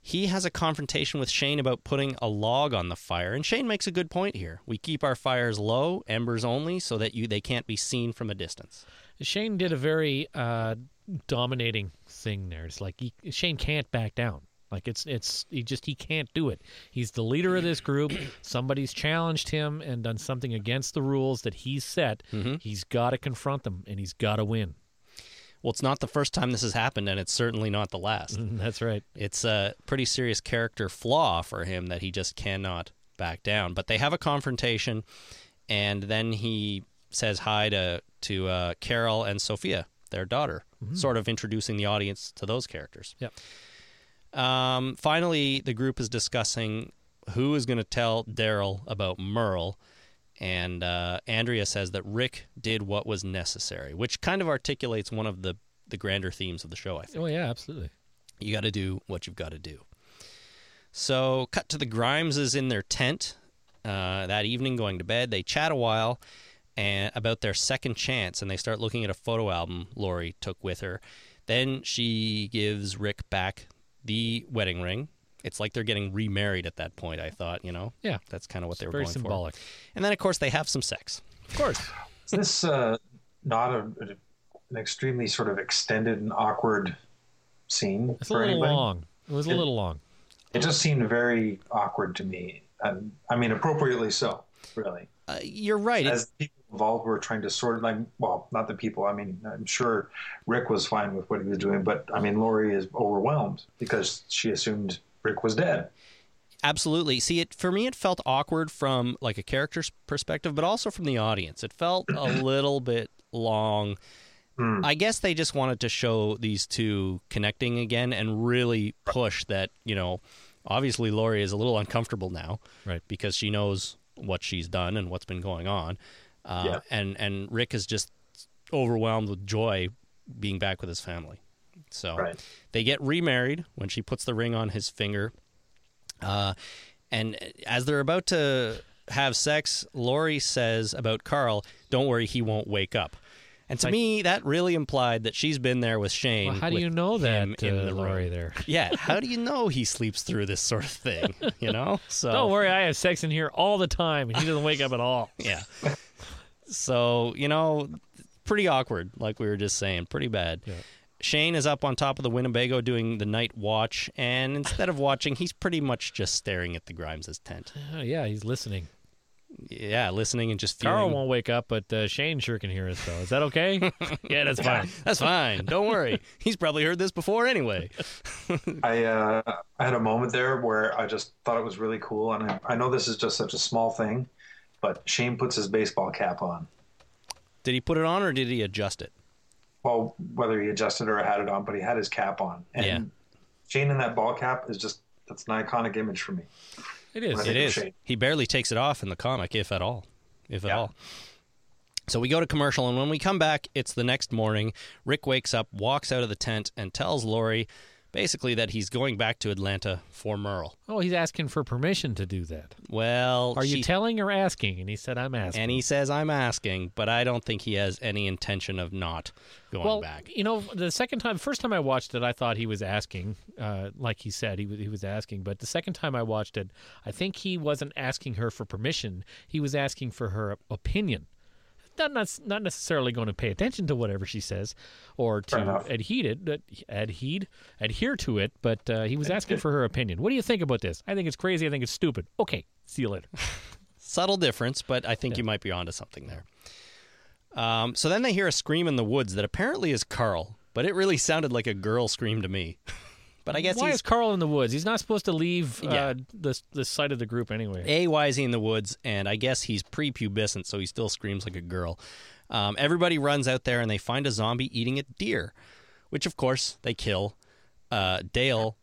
A: He has a confrontation with Shane about putting a log on the fire, and Shane makes a good point here. We keep our fires low, embers only, so that you they can't be seen from a distance.
B: Shane did a very uh, dominating thing there. It's like he, Shane can't back down. Like it's it's he just he can't do it. He's the leader of this group. Somebody's challenged him and done something against the rules that he's set. He's got to confront them and he's got to win.
A: Well, it's not the first time this has happened, and it's certainly not the last.
B: Mm-hmm. That's right.
A: It's a pretty serious character flaw for him that he just cannot back down. But they have a confrontation, and then he says hi to to uh, Carol and Sophia, their daughter, sort of introducing the audience to those characters.
B: Yep.
A: Um, finally, the group is discussing who is going to tell Daryl about Merle. And uh, Andrea says that Rick did what was necessary, which kind of articulates one of the, the grander themes of the show, I think.
B: Oh yeah, absolutely.
A: You got to do what you've got to do. So, cut to the Grimes is in their tent uh, that evening, going to bed. They chat a while and about their second chance, and they start looking at a photo album Lori took with her. Then she gives Rick back the wedding ring. It's like they're getting remarried at that point. I thought, you know,
B: Yeah.
A: that's kind of what they were
B: Very
A: going
B: symbolic.
A: for. And then, of course, they have some sex.
B: Of course.
C: Is this uh, not a, an extremely sort of extended and awkward scene
B: It's a
C: for
B: little
C: anybody?
B: long. It was a
C: It-
B: little long.
C: It just seemed very awkward to me. And, I mean, appropriately so, really.
A: Uh, you're right. It's-
C: As the people involved were trying to sort, like, well, not the people. I mean, I'm sure Rick was fine with what he was doing, but I mean, Lori is overwhelmed because she assumed Rick was dead.
A: Absolutely. See, it for me, it felt awkward from like a character's perspective, but also from the audience. It felt
C: [clears throat]
A: a little bit long.
C: Hmm.
A: I guess they just wanted to show these two connecting again and really push that. You know, obviously Laurie is a little uncomfortable now,
B: Right.
A: Because she knows what she's done and what's been going on, uh,
C: Yeah.
A: and and Rick is just overwhelmed with joy being back with his family. So
C: Right.
A: they get remarried when she puts the ring on his finger. Uh, and as they're about to have sex, Lori says about Carl, don't worry, he won't wake up. And to me, that really implied that she's been there with Shane.
B: Well, how do
A: with
B: you know that,
A: him in
B: uh,
A: the room.
B: Lori? There.
A: Yeah, how do you know he sleeps through this sort of thing? You
B: [laughs]
A: know? So
B: Don't worry, I have sex in here all the time, and he doesn't wake up at all.
A: Yeah. so, you know, pretty awkward, like we were just saying, pretty bad. Shane is up on top of the Winnebago doing the night watch, and instead of watching, he's pretty much just staring at the Grimes' tent.
B: [laughs] Oh, yeah, he's [laughs] listening.
A: Yeah, listening and just feeling.
B: Carl won't wake up, but uh, Shane sure can hear us, though. Is
A: [laughs]
B: that okay? yeah, that's fine.
A: That's fine. Don't worry. [laughs] He's probably heard this before anyway.
C: I uh, I had a moment there where I just thought it was really cool, and I, I know this is just such a small thing, but Shane puts his baseball cap on.
A: Did he put it on or did he adjust it?
C: Well, whether he adjusted or had it on, but he had his cap on, and
A: Yeah.
C: Shane in that ball cap is just that's an iconic image for me.
B: It is.
C: Right.
A: It is.
C: Shane.
A: He barely takes it off in the comic, if at all. If at
C: Yeah.
A: all. So we go to commercial, and when we come back, it's the next morning. Rick wakes up, walks out of the tent, and tells Lori basically that he's going back to Atlanta for Merle.
B: Oh, he's asking for permission to do that.
A: Well,
B: Are you
A: she-
B: telling or asking? And he said, I'm asking.
A: and he says, I'm asking, but I don't think he has any intention of not going
B: well,
A: back.
B: you know, the second time, first time I watched it, I thought he was asking, uh, like he said, he was, he was asking. But the second time I watched it, I think he wasn't asking her for permission. He was asking for her opinion. Not, not, not necessarily going to pay attention to whatever she says or to
C: enough.
B: adhere it, that- adhere, adhere to it, but uh, he was asking for her opinion. What do you think about this? I think it's crazy. I think it's stupid. Okay, see you later.
A: Subtle difference, but I think you might be onto something there. Um, so then they hear a scream in the woods that apparently is Carl, but it really sounded like a girl scream to me. [laughs] but I guess
B: Why
A: he's
B: is Carl in the woods? He's not supposed to leave
A: Yeah.
B: uh, the, the site of the group anyway.
A: A, why is he in the woods? And I guess he's prepubescent, so he still screams like a girl. Um, everybody runs out there and they find a zombie eating a deer, which of course they kill. uh, Dale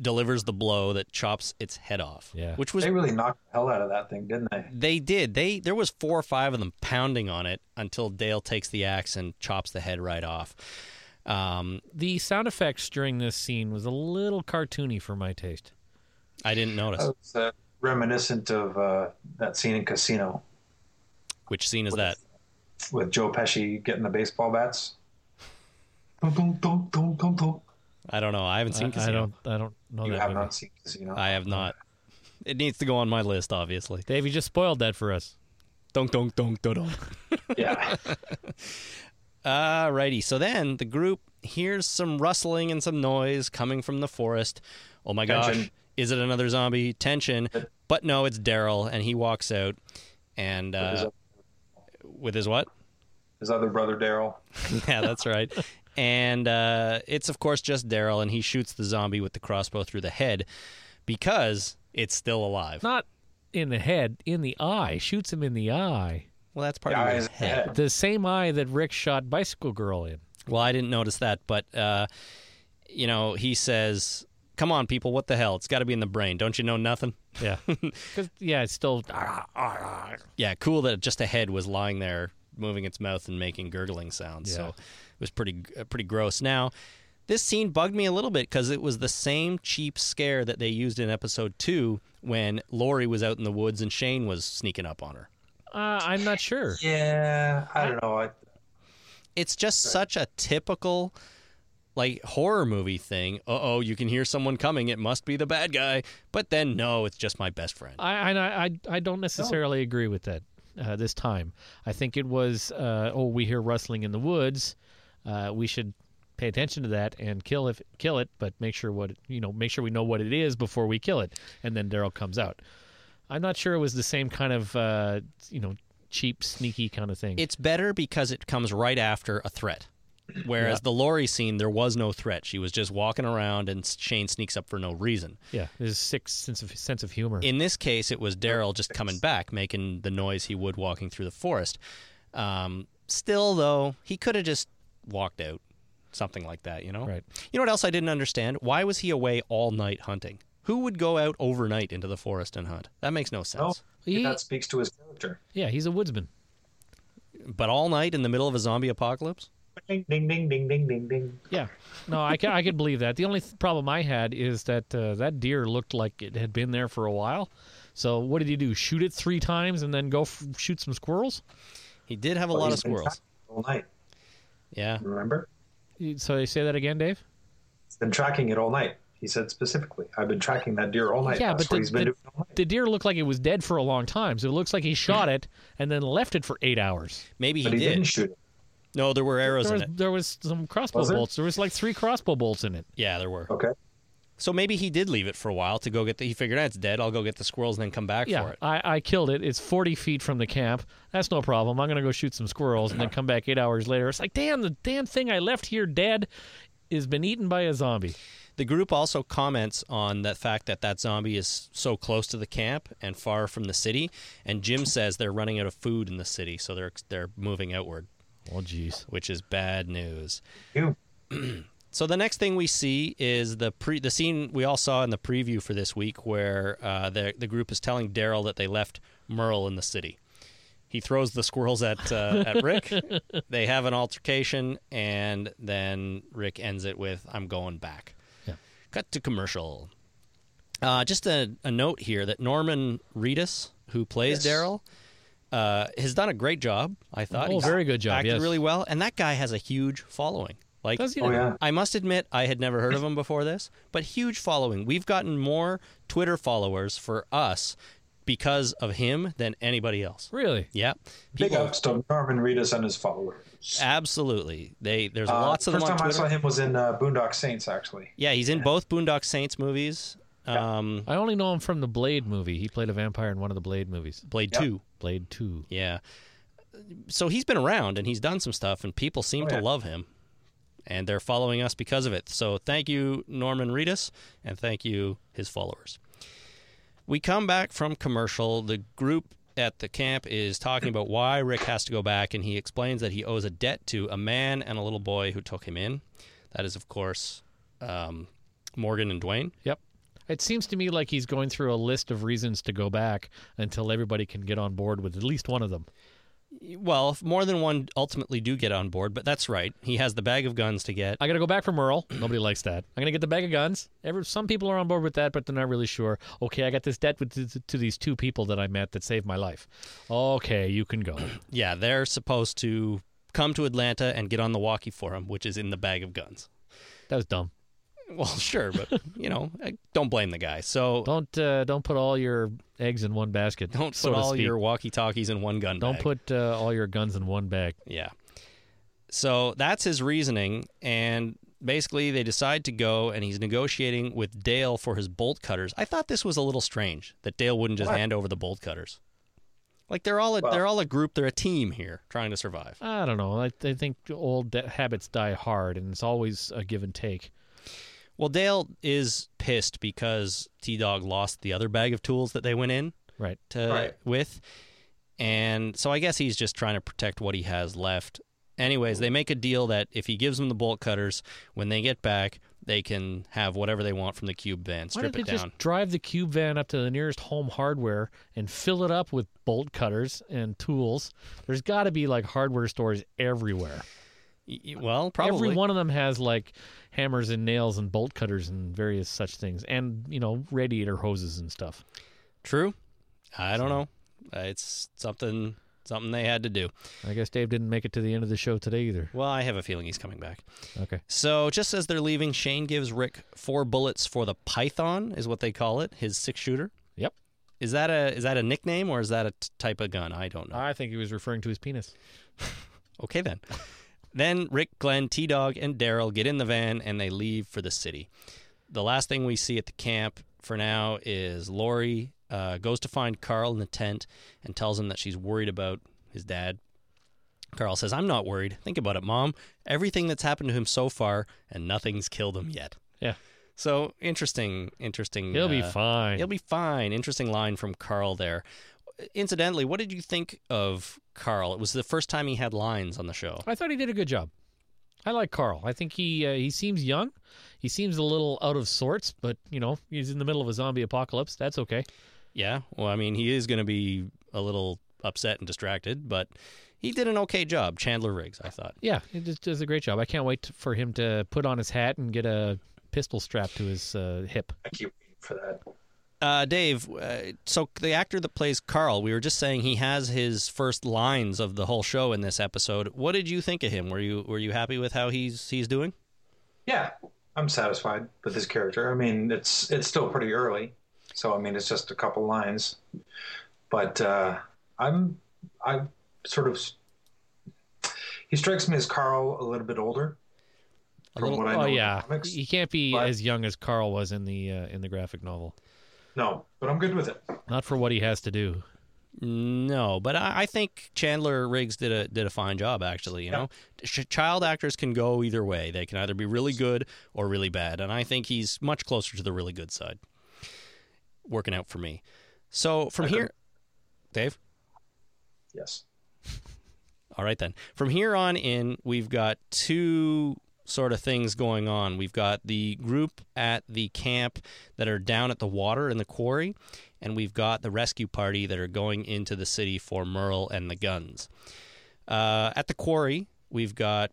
A: delivers the blow that chops its head off.
B: Yeah.
A: Which was
C: They really knocked the hell out of that thing, didn't they?
A: they did. They there was four or five of them pounding on it until Dale takes the axe and chops the head right off. Um,
B: The sound effects during this scene was a little cartoony for my taste.
A: I didn't notice.
C: That was uh, reminiscent of uh, that scene in Casino
A: Which scene is that?
C: with Joe Pesci getting the baseball bats. Dun, dun, dun, dun, dun, dun.
A: I don't know. I haven't
B: I,
A: seen
B: I
A: Casino.
B: don't. I don't know
C: You
B: that
C: have
B: movie.
C: not seen Casino.
A: I have not. It needs to go on my list, obviously.
B: Dave, you just spoiled that for us.
A: Dunk, dunk, dunk, dunk, dunk.
C: Yeah.
A: Alrighty. So then the group hears some rustling and some noise coming from the forest. Oh my gosh.
C: Tension.
A: Is it another zombie? Tension. But no, it's Daryl, and he walks out and
C: his,
A: uh, with his what?
C: his other brother Daryl.
A: [laughs] yeah, that's right. And uh, it's of course just Daryl, and he shoots the zombie with the crossbow through the head because it's still alive.
B: Not in the head, in the eye. Shoots him in the eye.
A: Well, that's part
C: The
A: of
C: eye
A: his
C: is the
A: head.
C: head.
B: The same eye that Rick shot Bicycle Girl in.
A: Well, I didn't notice that, but uh, you know, he says, "Come on, people, what the hell? It's got to be in the brain. Don't you know nothing?"
B: [laughs] Yeah. Because yeah, it's still. uh, Yeah.
A: Yeah, cool that just a head was lying there, moving its mouth and making gurgling sounds. So
B: Yeah.
A: it was pretty uh, pretty gross. Now, this scene bugged me a little bit because it was the same cheap scare that they used in episode two when Lori was out in the woods and Shane was sneaking up on her.
B: Uh, I'm not sure.
C: Yeah, I don't know. I,
A: It's just such a typical. Like horror movie thing. Uh oh, you can hear someone coming. It must be the bad guy. But then, no, it's just my best friend.
B: I and I I, I don't necessarily agree with that uh, this time. I think it was uh, oh we hear rustling in the woods, uh, we should pay attention to that and kill if kill it, but make sure what you know make sure we know what it is before we kill it, and then Daryl comes out. I'm not sure it was the same kind of uh, you know cheap sneaky kind of thing.
A: it's better because it comes right after a threat. Whereas the Lori scene, there was no threat. She was just walking around, and Shane sneaks up for no reason.
B: yeah, there's six sense of sense of humor.
A: In this case, it was Daryl just coming back, making the noise he would walking through the forest. Um, still, though, he could have just walked out, something like that. You know,
B: Right.
A: You know what else I didn't understand? Why was he away all night hunting? Who would go out overnight into the forest and hunt? That makes no
C: no,
A: sense.
B: He-
C: that speaks to his character.
B: yeah, he's a woodsman.
A: But all night in the middle of a zombie apocalypse?
C: Ding, ding, ding, ding, ding, ding, ding.
B: Yeah, no, I can, I could believe that. The only th- problem I had is that uh, that deer looked like it had been there for a while. So what did he do? Shoot it three times and then go f- shoot some squirrels?
A: He did have a
C: Well,
A: lot of
C: he's been
A: squirrels.
C: tracking all night.
A: Yeah.
C: Remember,
B: You- So they say that again, Dave?
C: he's been tracking it all night. He said specifically, "I've been tracking that deer all night."
B: yeah,
C: That's
B: but the,
C: what he's been
B: the,
C: doing all night.
B: the deer looked like it was dead for a long time. So it looks like he shot it and then left it for eight hours.
A: Maybe
C: but he didn't shoot it.
A: No, there were arrows
B: There
A: in
B: was,
A: it.
B: there was some crossbow
C: Was there?
B: bolts. There was like three crossbow bolts in it.
A: Yeah, there were.
C: Okay.
A: So maybe he did leave it for a while to go get the. He figured, "Ah, it's dead. I'll go get the squirrels and then come back
B: Yeah,
A: for it.
B: I, I killed it. It's 40 feet from the camp. That's no problem. I'm going to go shoot some squirrels and then come back eight hours later. It's like, damn, the damn thing I left here dead has been eaten by a zombie.
A: The group also comments on the fact that that zombie is so close to the camp and far from the city. And Jim says they're running out of food in the city, so they're they're moving outward,
B: Oh, jeez.
A: which is bad news.
C: You.
A: So the next thing we see is the pre the scene we all saw in the preview for this week, where uh, the the group is telling Daryl that they left Merle in the city. He throws the squirrels at uh, at
B: [laughs]
A: Rick. they have an altercation, and then Rick ends it with "I'm going back."
B: Yeah.
A: Cut to commercial. Uh, just a, a note here that Norman Reedus, who plays
C: Yes.
A: Daryl, uh, has done a great job. I thought.
B: Oh,
A: He's
B: very good job,
A: Acted
B: yes.
A: really well, and that guy has a huge following. Like
B: Does he
C: Oh
B: know?
C: yeah.
A: I must admit, I had never heard of him before this, but huge following. We've gotten more Twitter followers for us because of him than anybody else.
B: Really?
A: Yeah,
C: Big
A: people,
C: ups to Norman Reedus and his followers.
A: absolutely. They there's
C: Uh,
A: lots of them
C: first
A: on
C: time I saw
A: Twitter.
C: him was in uh, Boondock Saints, actually.
A: Yeah, he's in both Boondock Saints movies. Um,
B: I only know him from the Blade movie. He played a vampire in one of the Blade movies.
A: Blade
C: Yep.
A: Two.
B: Blade 2.
A: Yeah. So he's been around and he's done some stuff, and people seem
C: Oh,
A: to
C: yeah.
A: love him, and they're following us because of it. So thank you, Norman Reedus, and thank you, his followers. We come back from commercial. The group at the camp is talking about why Rick has to go back, and he explains that he owes a debt to a man and a little boy who took him in. That is, of course, um, Morgan and Dwayne.
B: Yep. It seems to me like he's going through a list of reasons to go back until everybody can get on board with at least one of them.
A: Well, if more than one ultimately do get on board, but that's right. He has the bag of guns to get.
B: I got to go back for Merle. Nobody likes that. I'm going to get the bag of guns. Every, some people are on board with that, but they're not really sure. Okay, I got this debt with, to, to these two people that I met that saved my life. Okay,
A: [coughs]
B: you can go.
A: Yeah, they're supposed to come to Atlanta and get on the walkie for him, which is in the bag of guns. [laughs]
B: That was dumb.
A: Well, sure, but you know, I don't blame the guy. So don't,
B: Don't uh, don't put all your eggs in one basket.
A: put
B: so to
A: all
B: speak.
A: your walkie-talkies in one gun.
B: don't
A: bag.
B: put uh, all your guns in one bag.
A: Yeah. So that's his reasoning. And basically, they decide to go, and he's negotiating with Dale for his bolt cutters. I thought this was a little strange that Dale wouldn't just
C: Why?
A: hand over the bolt cutters. Like they're all a,
C: Well-
A: they're all a group. They're a team here trying to survive.
B: I don't know. I, I think old de- habits die hard, and it's always a give and take.
A: Well, Dale is pissed because T Dog lost the other bag of tools that they went in
B: Right.
A: to
C: Right.
A: with, and so I guess he's just trying to protect what he has left. Anyways, they make a deal that if he gives them the bolt cutters when they get back, they can have whatever they want from the cube van,
B: Why
A: strip
B: don't
A: it
B: they
A: down.
B: just drive the cube van up to the nearest home hardware and fill it up with bolt cutters and tools? There's got to be like hardware stores everywhere.
A: Y- y- well, probably
B: Every one of them has like hammers and nails and bolt cutters and various such things, and you know radiator hoses and stuff.
A: true. I don't know. Uh, It's something something they had to do.
B: I guess Dave didn't make it to the end of the show today either.
A: Well, I have a feeling he's coming back.
B: Okay.
A: So, just as they're leaving, Shane gives Rick four bullets for the Python, is what they call it, his six shooter.
B: Yep.
A: Is that a is that a nickname or is that a t- type of gun? I don't know.
B: I think he was referring to his penis.
A: Okay then. then Rick, Glenn, T Dog, and Daryl get in the van and they leave for the city. The last thing we see at the camp for now is Lori uh, goes to find Carl in the tent and tells him that she's worried about his dad. Carl says, I'm not worried. Think about it, Mom. Everything that's happened to him so far, and nothing's killed him yet.
B: Yeah.
A: So interesting, interesting.
B: He'll be
A: uh,
B: fine.
A: He'll be fine. Interesting line from Carl there. Incidentally, what did you think of Carl? It was the first time he had lines on the show.
B: I thought he did a good job. I like Carl. I think he uh, he seems young. He seems a little out of sorts, but you know he's in the middle of a zombie apocalypse. That's okay.
A: Yeah. Well, I mean, he is going to be a little upset and distracted, but he did an okay job. Chandler Riggs, I thought.
B: Yeah, he just does a great job. I can't wait t- for him to put on his hat and get a pistol strapped to his uh, hip.
C: I keep waiting for that.
A: Uh, Dave, uh, so the actor that plays Carl, we were just saying he has his first lines of the whole show in this episode. What did you think of him? Were you were you happy with how he's he's doing?
C: Yeah, I'm satisfied with this character. I mean, it's it's still pretty early, so I mean, it's just a couple lines, but uh, I'm I sort of he strikes me as Carl a little bit older.
A: A
C: From
A: little-
C: what I know
B: Oh
C: in the
B: yeah,
C: comics.
B: he can't be
C: but-
B: as young as Carl was in the uh, in the graphic novel.
C: No, but I'm good with it.
B: Not for what he has to do.
A: No, but I, I think Chandler Riggs did a did a fine job actually. You know, Ch- child actors can go either way; they can either be really good or really bad, and I think he's much closer to the really good side. Working out for me. So from here, Dave.
C: Yes.
A: All right, then. From here on in, we've got two sort of things going on. We've got the group at the camp that are down at the water in the quarry, and we've got the rescue party that are going into the city for Merle and the guns. Uh, at the quarry, we've got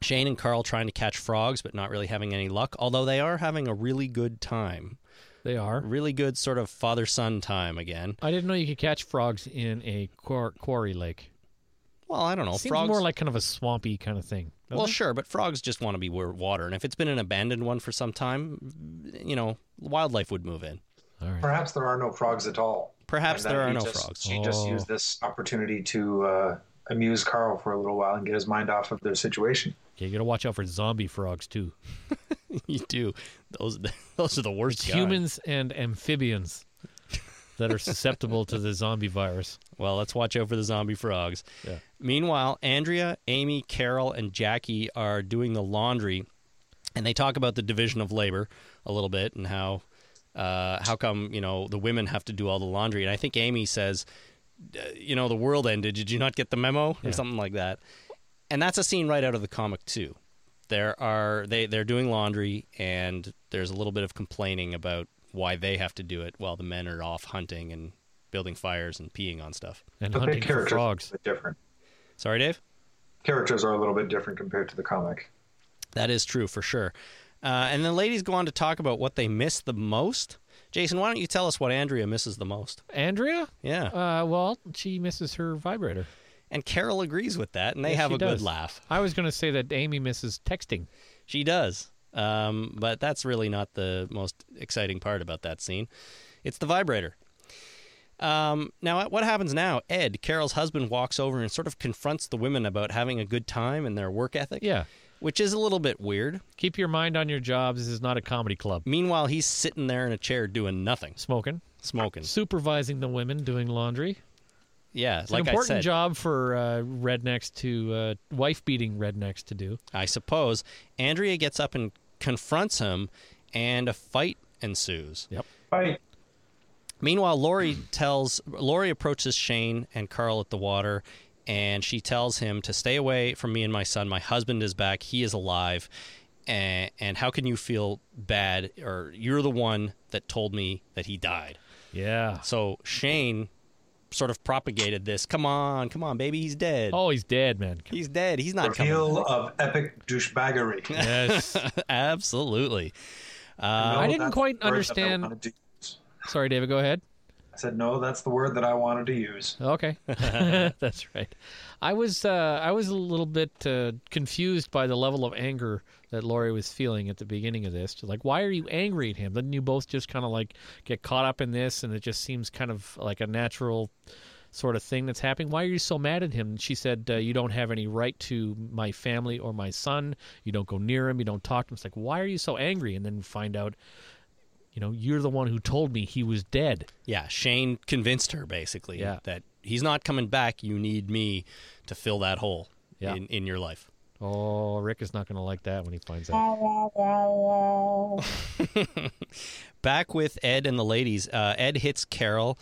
A: Shane and Carl trying to catch frogs, but not really having any luck, although they are having a really good time.
B: They are.
A: Really good sort of father son time again.
B: I didn't know you could catch frogs in a quar- quarry lake.
A: Well, I don't know.
B: Seems
A: frogs
B: more like kind of a swampy kind of thing. doesn't
A: Well,
B: it?
A: sure, but frogs just want to be where water, and if it's been an abandoned one for some time, you know, wildlife would move in.
B: all right.
C: Perhaps there are no frogs at all.
A: Perhaps
C: And that
A: there are
C: he
A: no
C: just-
A: frogs.
C: She just
B: Oh.
C: used this opportunity to uh, amuse Carl for a little while and get his mind off of their situation.
B: Okay, you gotta watch out for zombie frogs too.
A: [laughs] you do. Those [laughs] those are the worst. kind.
B: Oh. Humans and amphibians that are susceptible to the zombie virus.
A: Well, let's watch out for the zombie frogs.
B: Yeah.
A: Meanwhile, Andrea, Amy, Carol, and Jackie are doing the laundry, and they talk about the division of labor a little bit and how uh, how come you know the women have to do all the laundry. And I think Amy says, uh, you know, the world ended. Did you not get the memo or something like that? And that's a scene right out of the comic too. there are they they're doing laundry and there's a little bit of complaining about why they have to do it while the men are off hunting and building fires and peeing on stuff.
B: and
C: But the
B: hunting for
C: characters are a
B: frogs.
C: little bit different.
A: Sorry, Dave.
C: Characters are a little bit different compared to the comic.
A: That is true for sure. Uh, and the ladies go on to talk about what they miss the most. Jason, why don't you tell us what Andrea misses the most?
B: Andrea?
A: Yeah.
B: Uh, well, she misses her vibrator.
A: and Carol agrees with that, and they
B: Yes,
A: have
B: she
A: a
B: does.
A: good laugh.
B: I was going to say that Amy misses texting.
A: She does. Um, but that's really not the most exciting part about that scene. It's the vibrator. Um, now, what happens now? Ed, Carol's husband, walks over and sort of confronts the women about having a good time and their work ethic,
B: Yeah.
A: which is a little bit weird.
B: Keep your mind on your job. This is not a comedy club.
A: Meanwhile, he's sitting there in a chair doing nothing,
B: Smoking,
A: smoking.
B: supervising the women doing laundry.
A: Yeah,
B: It's
A: like
B: an
A: I
B: important
A: said,
B: job for uh, rednecks to uh, wife beating rednecks to do.
A: I suppose. Andrea gets up and confronts him, and a fight ensues.
C: Right.
A: Meanwhile, Lori [clears throat] tells Lori approaches Shane and Carl at the water, and she tells him to stay away from me and my son. My husband is back; he is alive. And, and how can you feel bad? Or you're the one that told me that he died.
B: Yeah.
A: So Shane sort of propagated this. Come on, come on, baby, he's dead.
B: Oh, he's dead, man.
A: He's dead. He's not coming. [laughs]
C: Reveal of epic douchebaggery. You know,
B: Yes.
A: Absolutely.
B: I didn't
C: that's
B: quite
C: the word that I
B: understand-
C: wanted to use.
B: Sorry, David. Go ahead.
C: I said, no, that's the word that I wanted to use.
B: Okay, [laughs] that's right. I was uh, I was a little bit uh, confused by the level of anger that Laurie was feeling at the beginning of this. Just Like, why are you angry at him? Didn't you both just kind of like get caught up in this, and it just seems kind of like a natural sort of thing that's happening? Why are you so mad at him? And she said, uh, "You don't have any right to my family or my son. You don't go near him. You don't talk to him." It's like, why are you so angry? And then find out. You know, you're the one who told me he was dead.
A: Yeah, Shane convinced her basically
B: Yeah.
A: that he's not coming back. You need me to fill that hole
B: Yeah.
A: in, in your life.
B: Oh, Rick is not going to like that when he finds out.
A: Back with Ed and the ladies. Uh, Ed hits Carol,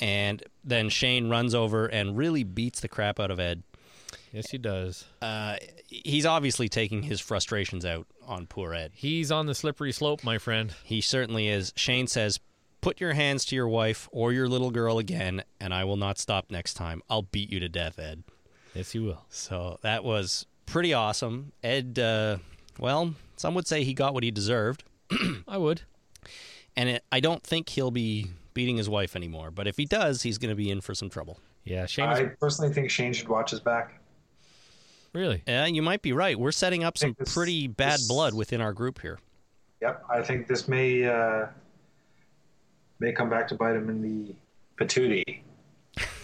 A: and then Shane runs over and really beats the crap out of Ed.
B: Yes, he does.
A: Uh, he's obviously taking his frustrations out on poor Ed.
B: He's on the slippery slope, my friend.
A: He certainly is. Shane says, Put your hands to your wife or your little girl again, and I will not stop next time. I'll beat you to death, Ed.
B: Yes, he will.
A: So that was pretty awesome. Ed, uh, well, some would say he got what he deserved,
B: I would.
A: and it, I don't think he'll be beating his wife anymore. But if he does, he's going to be in for some trouble.
B: Yeah, Shane is
C: I personally think Shane should watch his back.
B: [laughs] really.
A: Yeah, Uh, you might be right. We're setting up some
C: think this-
A: pretty bad
C: this-
A: blood within our group here.
C: Yep, I think this may uh, may come back to bite him in the patootie.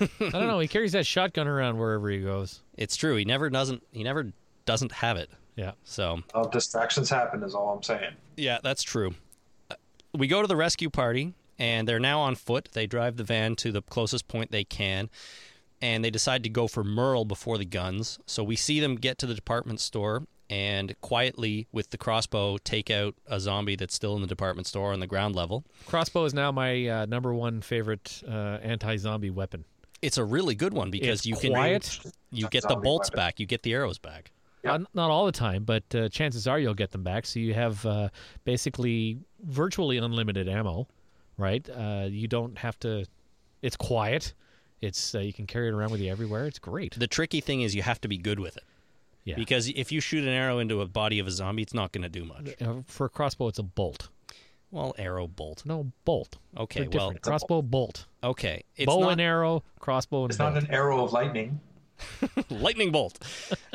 B: I don't know. He carries that shotgun around wherever he goes.
A: It's true. He never doesn't. He never doesn't have it.
B: Yeah.
A: So
C: All distractions happen, is all I'm saying.
A: yeah, that's true. Uh, We go to the rescue party, and they're now on foot. They drive the van to the closest point they can, and they decide to go for Merle before the guns. So we see them get to the department store and quietly, with the crossbow, take out a zombie that's still in the department store on the ground level.
B: Crossbow is now my uh, number one favorite uh, anti-zombie weapon.
A: It's a really good one because
B: It's
A: you
B: quiet.
A: can you get the
C: Zombie
A: bolts
C: weapon.
A: back, you get the arrows back.
C: Yeah.
B: Uh, not all the time, but uh, chances are you'll get them back. So you have uh, basically virtually unlimited ammo, right? Uh, you don't have to. It's quiet. It's uh, you can carry it around with you everywhere. It's great.
A: The tricky thing is you have to be good with it.
B: Yeah.
A: Because if you shoot an arrow into a body of a zombie, it's not going to do much.
B: Uh, for a crossbow, it's a bolt.
A: Well, arrow bolt.
B: No bolt.
A: Okay,
B: They're
A: well,
B: different. crossbow bolt,
A: okay. It's
B: bow
A: not
B: and arrow, crossbow and
C: It's
B: bolt.
C: not an arrow of lightning.
A: [laughs] lightning bolt.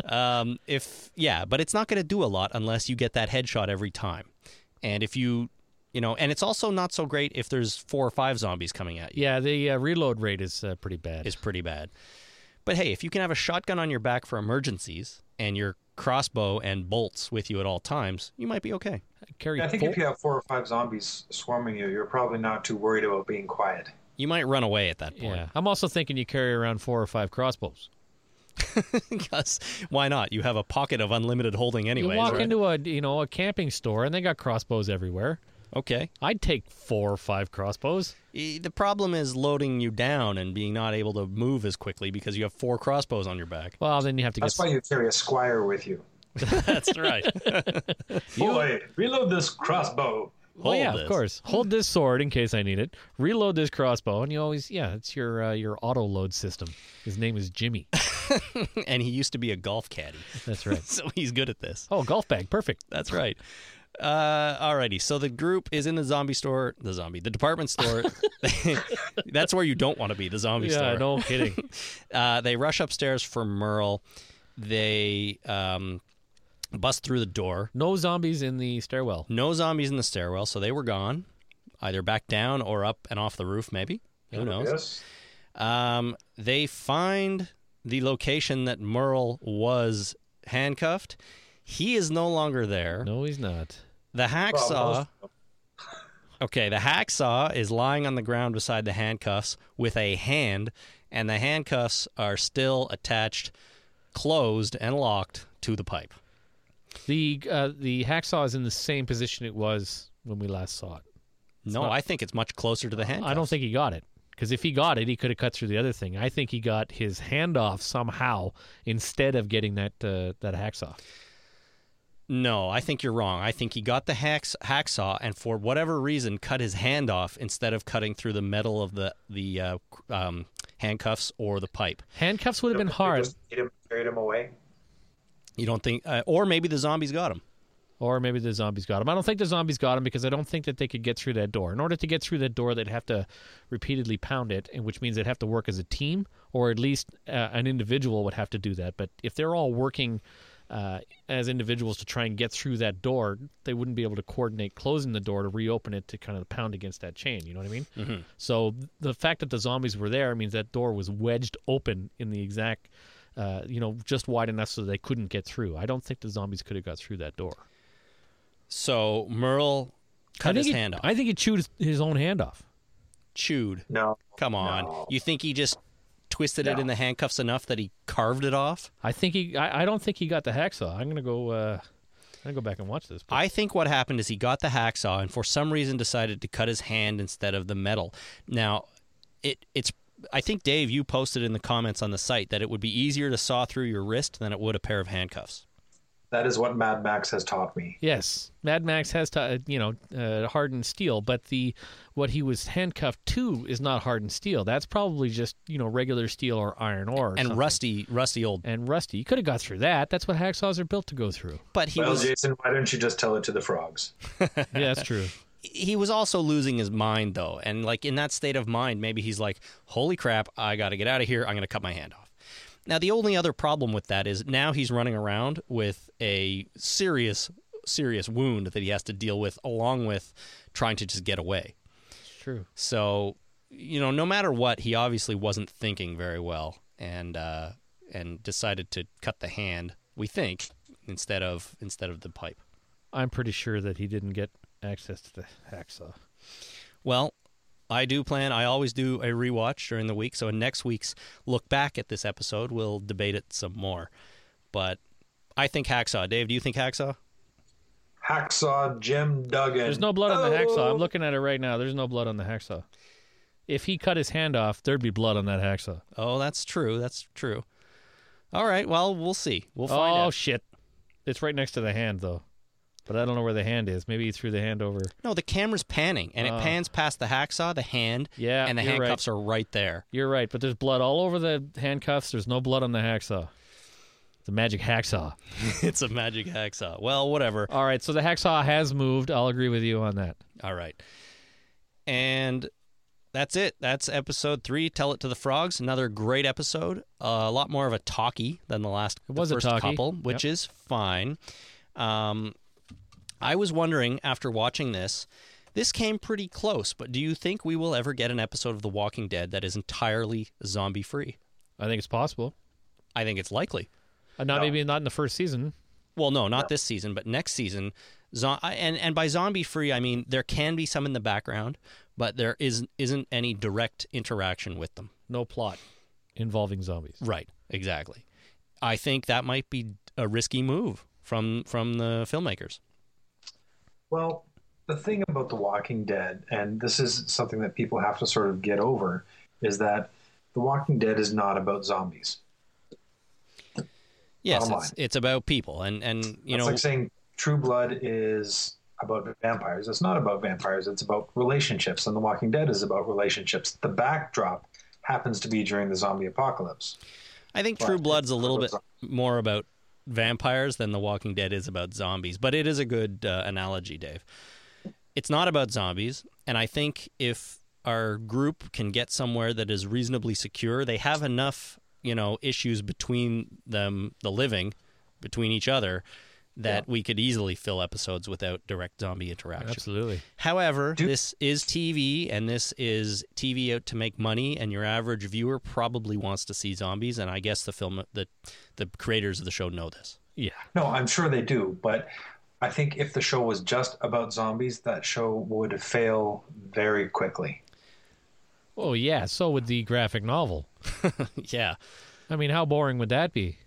A: um, if yeah, but it's not going to do a lot unless you get that headshot every time. And if you, you know, and it's also not so great if there's four or five zombies coming at you.
B: yeah, the uh, reload rate is uh, pretty bad.
A: Is pretty bad. But hey, if you can have a shotgun on your back for emergencies and your crossbow and bolts with you at all times, you might be okay.
B: Carry
C: I think
B: four-
C: if you have four or five zombies swarming you, you're probably not too worried about being quiet.
A: You might run away at that point.
B: yeah, I'm also thinking you carry around four or five crossbows.
A: [laughs] Because why not? You have a pocket of unlimited holding anyway.
B: you walk into a you know a camping store and they got crossbows everywhere.
A: okay.
B: I'd take four or five crossbows.
A: E- The problem is loading you down and being not able to move as quickly because you have four crossbows on your back.
B: Well, then you have to get.
C: That's why you carry a squire with you.
A: [laughs] That's right.
C: Boy, reload this crossbow.
B: Oh yeah,
A: Hold
B: of
A: this.
C: [laughs]
B: course. Hold this sword in case I need it. Reload this crossbow, and you always yeah, it's your uh, your auto load system. His name is Jimmy.
A: [laughs] and he used to be a golf [laughs] caddy,
B: That's [laughs] right.
A: so he's good at this.
B: Oh, golf bag, perfect.
A: That's right. Uh, alrighty, so the group is in the zombie store, the zombie, the department [laughs] store. That's where you don't want to be, the zombie store.
B: Yeah, no kidding.
A: Uh, they rush upstairs for Merle. They um, bust through the door.
B: [laughs] No zombies in the stairwell.
A: No zombies in the stairwell, so they were gone, either back down or up and off the roof, maybe. Who knows?
C: Yes.
A: Um, they find the location that Merle was handcuffed. He is no longer there.
B: No, he's not.
A: The hacksaw.
C: Well,
A: Okay, the hacksaw is lying on the ground beside the handcuffs with a hand, and the handcuffs are still attached, closed, and locked to the pipe.
B: The uh, the hacksaw is in the same position it was when we last saw it.
A: no, I think it's much closer to the handcuffs.
B: I don't think he got it because if he got it, he could have cut through the other thing. I think he got his hand off somehow instead of getting that uh, that hacksaw.
A: No, I think you're wrong. I think he got the hacks, hacksaw and for whatever reason cut his hand off instead of cutting through the metal of the the uh, cr- um, handcuffs or the pipe.
B: Handcuffs would have been
C: they
B: hard,
C: just ate him- carried him away.
A: You don't think, uh, or maybe the zombies got him.
B: or maybe the zombies got him. I don't think the zombies got him because I don't think that they could get through that door. In order to get through that door, they'd have to repeatedly pound it, and which means they'd have to work as a team, or at least uh, an individual would have to do that. But if they're all working. Uh, as individuals to try and get through that door, they wouldn't be able to coordinate closing the door to reopen it to kind of pound against that chain. You know what I mean? So th- the fact that the zombies were there means that door was wedged open in the exact, uh, you know, just wide enough so they couldn't get through. I don't think the zombies could have got through that door.
A: So Merle
B: I
A: cut
B: think
A: his
B: he,
A: hand off.
B: I think he chewed his, his own hand off.
A: Chewed.
C: No.
A: Come on.
C: No.
A: You think he just twisted it
C: No.
A: in the handcuffs enough that he carved it off?
B: I think he. I, I don't think he got the hacksaw. I'm gonna go. Uh, I'm gonna go back and watch this.
A: I think what happened is he got the hacksaw and for some reason decided to cut his hand instead of the metal. Now, it it's I think Dave you posted in the comments on the site that it would be easier to saw through your wrist than it would a pair of handcuffs.
C: That is what Mad Max has taught me.
B: Yes, Mad Max has to, you know uh, hardened steel, but the what he was handcuffed to is not hardened steel. That's probably just you know regular steel or iron ore or
A: and
B: something.
A: rusty rusty old
B: and rusty. You could have got through that. That's what hacksaws are built to go [laughs] through.
A: but he
C: well,
A: was
C: Jason, why don't you just tell it to the frogs?
B: Yeah, that's true.
A: he was also losing his mind though and like in that state of mind maybe he's like holy crap i gotta get out of here i'm gonna cut my hand off now the only other problem with that is now he's running around with a serious serious wound that he has to deal with along with trying to just get away
B: It's true.
A: so you know no matter what he obviously wasn't thinking very well and uh and decided to cut the hand we think instead of instead of the pipe
B: I'm pretty sure that he didn't get access to the hacksaw.
A: Well, I do plan. I always do a rewatch during the week. So in next week's look back at this episode, we'll debate it some more. But I think hacksaw. Dave, do you think hacksaw?
C: Hacksaw Jim Duggan.
B: There's no blood on the hacksaw. I'm looking at it right now. There's no blood on the hacksaw. If he cut his hand off, there'd be blood on that hacksaw.
A: Oh, that's true. That's true. All right. Well, we'll see. We'll find
B: oh
A: out.
B: shit! It's right next to the hand though, but I don't know where the hand is. Maybe he threw the hand over.
A: no, the camera's panning, and it pans past the hacksaw, the hand,
B: Oh. Yeah,
A: and the
B: you're right.
A: handcuffs are right there. [laughs]
B: You're right, but there's blood all over the handcuffs. There's no blood on the hacksaw. The magic hacksaw.
A: it's a magic hacksaw. Well, whatever.
B: All right, so the hacksaw has moved. I'll agree with you on that.
A: All right. And that's it. That's episode three. Tell it to the frogs. Another great episode. Uh, a lot more of a talkie than the last
B: It was
A: the
B: a
A: first
B: talkie.
A: couple, which is fine. Um, I was wondering after watching this, this came pretty close, but do you think we will ever get an episode of The Walking Dead that is entirely zombie free?
B: I think it's possible.
A: I think it's likely.
B: Uh, not
C: No.
B: maybe not in the first season.
A: Well, no, not this season, but next season. Zo- I- and and by zombie free, I mean there can be some in the background, but there is isn't any direct interaction with them.
B: No plot involving zombies.
A: Right. Exactly. I think that might be a risky move from from the filmmakers.
C: Well, the thing about The Walking Dead, and this is something that people have to sort of get over, is that The Walking Dead is not about zombies.
A: Yes,
C: Bottom
A: it's, it's about people, and and you
C: It's
A: know,
C: like saying True Blood is about vampires. It's not about vampires. It's about relationships, and The Walking Dead is about relationships. The backdrop happens to be during the zombie apocalypse.
A: I think
C: Well,
A: True
C: it's
A: Blood's a little
C: about
A: bit more about vampires than The Walking Dead is about zombies, but it is a good uh, analogy, Dave. It's not about zombies, and I think if our group can get somewhere that is reasonably secure, they have enough, you know, issues between them, the living, between each other, that we could easily fill episodes without direct zombie interaction.
B: Absolutely.
A: However,
C: Do-
A: this is TV and this is TV out to make money and your average viewer probably wants to see zombies and I guess the film the the creators of the show know this. [laughs]
B: Yeah.
C: No, I'm sure they do, but I think if the show was just about zombies, that show would fail very quickly.
B: Oh yeah. So would the graphic novel.
A: yeah.
B: I mean, how boring would that be?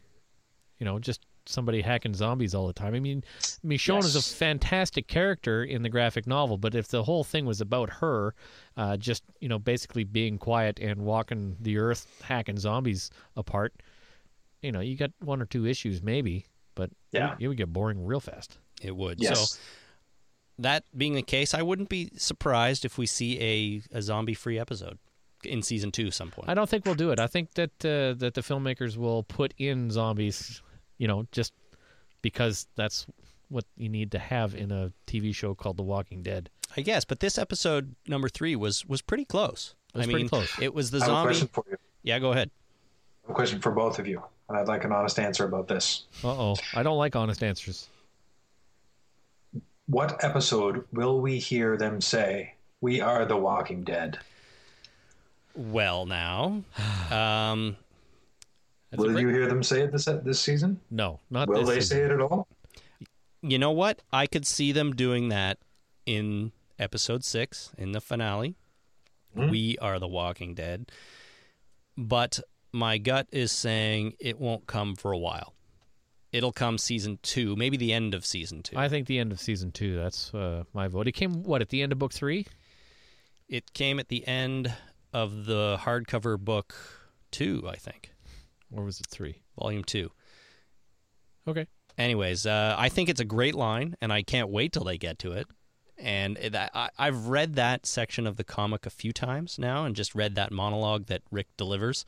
B: You know, just somebody hacking zombies all the time. I mean, Michonne is a
C: Yes.
B: fantastic character in the graphic novel, but if the whole thing was about her, uh, just you know, basically being quiet and walking the earth, hacking zombies apart, you know, you got one or two issues maybe, but
C: Yeah.
B: it, it would get boring real fast.
A: It would.
C: Yes.
A: So that being the case, I wouldn't be surprised if we see a, a zombie free episode in season 2 some point.
B: I don't think we'll do it. I think that uh, that the filmmakers will put in zombies, you know, just because that's what you need to have in a TV show called The Walking Dead.
A: I guess, but this episode number 3 was was pretty close.
B: It was
A: I
B: pretty
A: mean,
B: close.
A: it was the
C: I have a
A: zombie.
C: question for you.
A: Yeah, go
B: [sighs]
A: ahead.
C: I have a question for both of you, and I'd like an honest answer about this.
B: Uh oh, I don't like honest answers.
C: What episode will we hear them say, We are the Walking Dead?
A: Well, now. Um
B: That's a
C: Will
B: great-
C: you hear them say it this, this season?
B: No, not
C: Will
B: this.
C: they
B: season.
C: say it at all?
A: you know what? I could see them doing that in episode six, in the finale. We are the Walking Dead. But my gut is saying it won't come for a while. It'll come season two, maybe the end of season two.
B: I think the end of season two. That's uh, my vote. It came what at the end of book three?
A: It came at the end of the hardcover book two, I think,
B: Or was it three?
A: volume two.
B: Okay.
A: Anyways, uh, I think it's a great line, and I can't wait till they get to it. And it- I, I've read that section of the comic a few times now, and just read that monologue that Rick delivers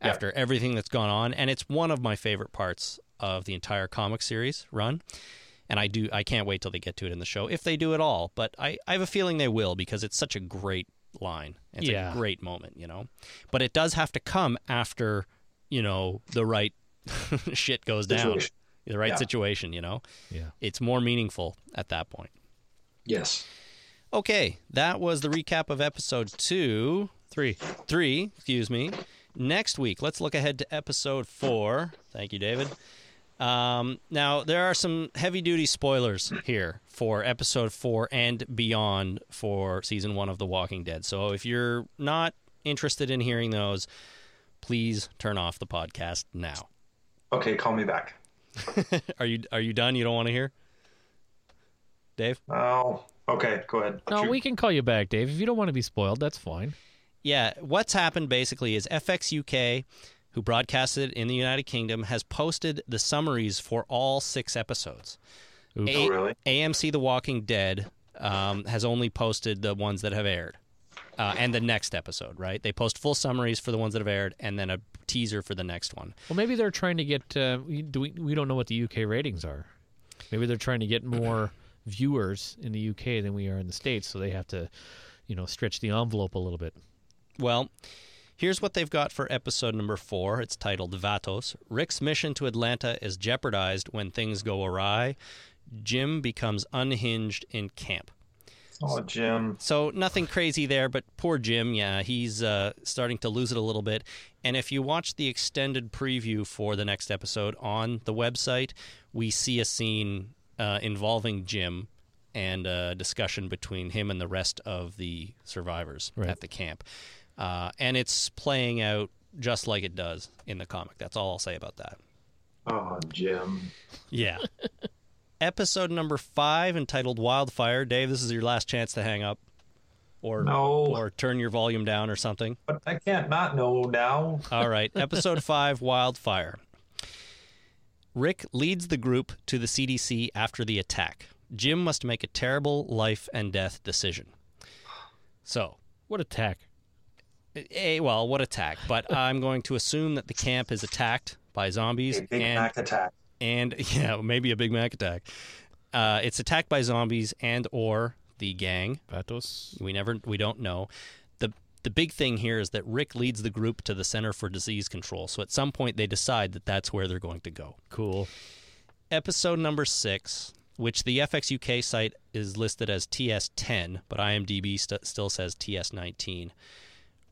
C: Yeah.
A: after everything that's gone on, and it's one of my favorite parts of the entire comic series run. And I do, I can't wait till they get to it in the show, if they do at all. But I, I have a feeling they will because it's such a great line. It's
B: Yeah.
A: a great moment, you know. But it does have to come after, you know, the right [laughs] shit goes down
C: Situation.
A: the right
C: Yeah.
A: situation, you know?
B: Yeah.
A: It's more meaningful at that point.
C: Yes.
A: Okay, that was the recap of episode two,
B: Three.
A: three, excuse me. Next week, let's look ahead to episode four. Thank you, David. Um, now, there are some heavy duty spoilers here for episode four and beyond for season one of The Walking Dead. So if you're not interested in hearing those, please turn off the podcast now. [laughs]
C: Okay, call me back.
A: Are you are you done? You don't want to hear? Dave?
C: Oh, okay, go ahead.
B: No,
C: Shoot.
B: we can call you back, Dave. If you don't want to be spoiled, that's fine.
A: Yeah, what's happened basically is FX UK, who broadcasted in the United Kingdom, has posted the summaries for all six episodes.
B: Oops.
A: A-
C: Oh, really?
A: AMC The Walking Dead um, has only posted the ones that have aired. Uh, and the next episode, right? They post full summaries for the ones that have aired, and then a teaser for the next one.
B: Well, maybe they're trying to get. Uh, we, do we, we don't know what the UK ratings are. Maybe they're trying to get
A: [clears throat]
B: more viewers in the UK than we are in the states, so they have to, you know, stretch the envelope a little bit.
A: Well, here's what they've got for episode number four. It's titled Vatos. Rick's mission to Atlanta is jeopardized when things go awry. Jim becomes unhinged in camp.
C: Oh, Jim.
A: So nothing crazy there, but poor Jim, yeah, he's uh, starting to lose it a little bit. And if you watch the extended preview for the next episode on the website, we see a scene uh, involving Jim and a discussion between him and the rest of the survivors
B: Right.
A: at the camp. Uh, and it's playing out just like it does in the comic. That's all I'll say about that.
C: Oh, Jim.
A: Yeah. [laughs] Episode number five, entitled Wildfire. Dave, this is your last chance to hang up. Or,
C: No.
A: or turn your volume down or something.
C: [laughs] But I can't not know now.
A: All right. Episode five, Wildfire. Rick leads the group to the CDC after the attack. Jim must make a terrible life and death decision. So,
B: What attack?
A: eh, well, what attack?
C: [laughs]
A: But I'm going to assume that the camp is attacked by zombies
C: A Big
A: and
C: Mac attack.
A: and [laughs] yeah, maybe a Big Mac attack. Uh, it's attacked by zombies and or the gang.
B: Vatos.
A: We never we don't know. The the big thing here is that Rick leads the group to the Center for Disease Control. So at some point they decide that that's where they're going to go.
B: Cool.
A: Episode number 6, which the FX UK site is listed as TS10, but IMDb st- still says TS19.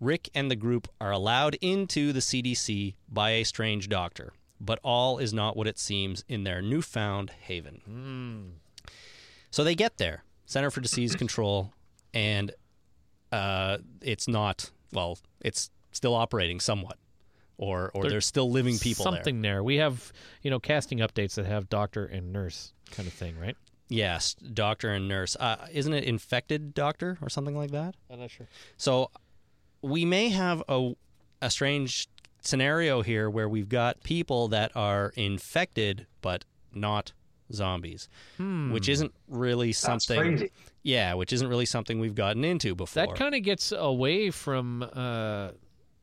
A: Rick and the group are allowed into the CDC by a strange doctor, but all is not what it seems in their newfound haven.
B: Hmm.
A: So they get there, Center for
B: [clears throat]
A: Disease Control, and uh, it's not well, it's still operating somewhat, or or
B: There-
A: there's still living people there.
B: Something there. We have, you know, casting updates that have doctor and nurse kind of thing, right?
A: Yes, doctor and nurse. Uh, isn't it infected doctor or something like that?
B: I'm not sure.
A: So we may have a a strange scenario here where we've got people that are infected but not zombies,
B: Hmm.
A: which isn't really
C: That's
A: something.
C: crazy.
A: Yeah, which isn't really something we've gotten into before.
B: That kind of gets away from, uh,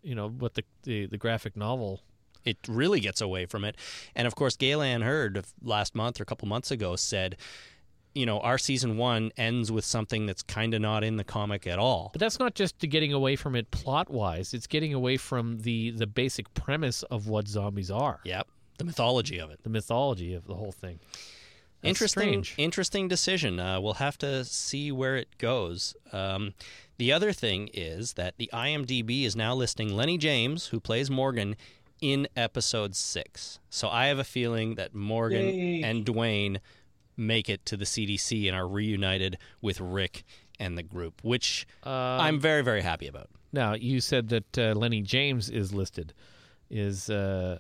B: you know, what the, the the graphic novel.
A: it really gets away from it. And of course, Galen Hurd of last month or a couple months ago said, you know, our season one ends with something that's kind of not in the comic at all.
B: But that's not just the getting away from it plot wise. It's getting away from the the basic premise of what zombies are.
A: Yep, the mythology of it.
B: The mythology of the whole thing. That's
A: interesting,
B: strange.
A: interesting decision. Uh, we'll have to see where it goes. Um, the other thing is that the IMDb is now listing Lenny James, who plays Morgan, in episode six. So I have a feeling that Morgan
C: Yay.
A: and Dwayne make it to the CDC and are reunited with Rick and the group, which I'm very, very happy about.
B: Uh, Now you said that uh, Lenny James is listed. Is uh,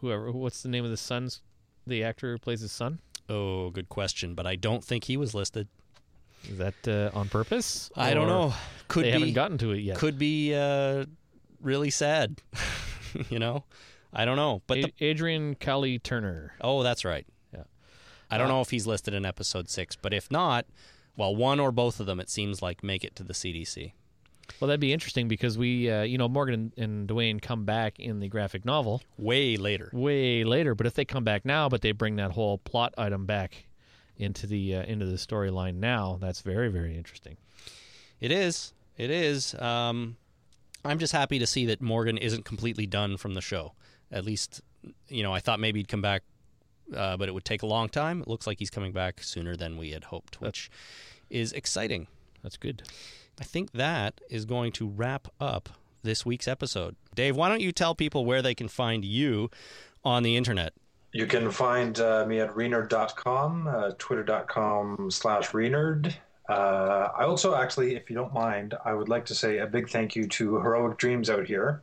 B: whoever? What's the name of the son's? The actor who plays his son.
A: Oh, good question, but I don't think he was listed.
B: Is that uh, on purpose?
A: I don't
B: Or
A: know. Could
B: they
A: be.
B: haven't gotten to it yet.
A: could be uh, really sad. [laughs] you know, I don't know. But
B: A-
A: the,
B: Adrian Kali Turner.
A: oh, that's right.
B: Yeah.
A: I don't know if he's listed in episode six, but if not, well, one or both of them, it seems like make it to the CDC.
B: Well, that'd be interesting because we, uh, you know, Morgan and, and Dwayne come back in the graphic novel
A: Way later.
B: way later. But if they come back now, but they bring that whole plot item back into the uh, into the storyline now, that's very very interesting.
A: It is. It is. Um, I'm just happy to see that Morgan isn't completely done from the show. At least, you know, I thought maybe he'd come back, uh, but it would take a long time. It looks like he's coming back sooner than we had hoped, which is exciting.
B: That's good.
A: I think that is going to wrap up this week's episode. Dave, why don't you tell people where they can find you on the internet?
C: You can find uh, me at renerd.com, uh, twitter.com slash renerd. Uh, I also actually, if you don't mind, I would like to say a big thank you to Heroic Dreams out here,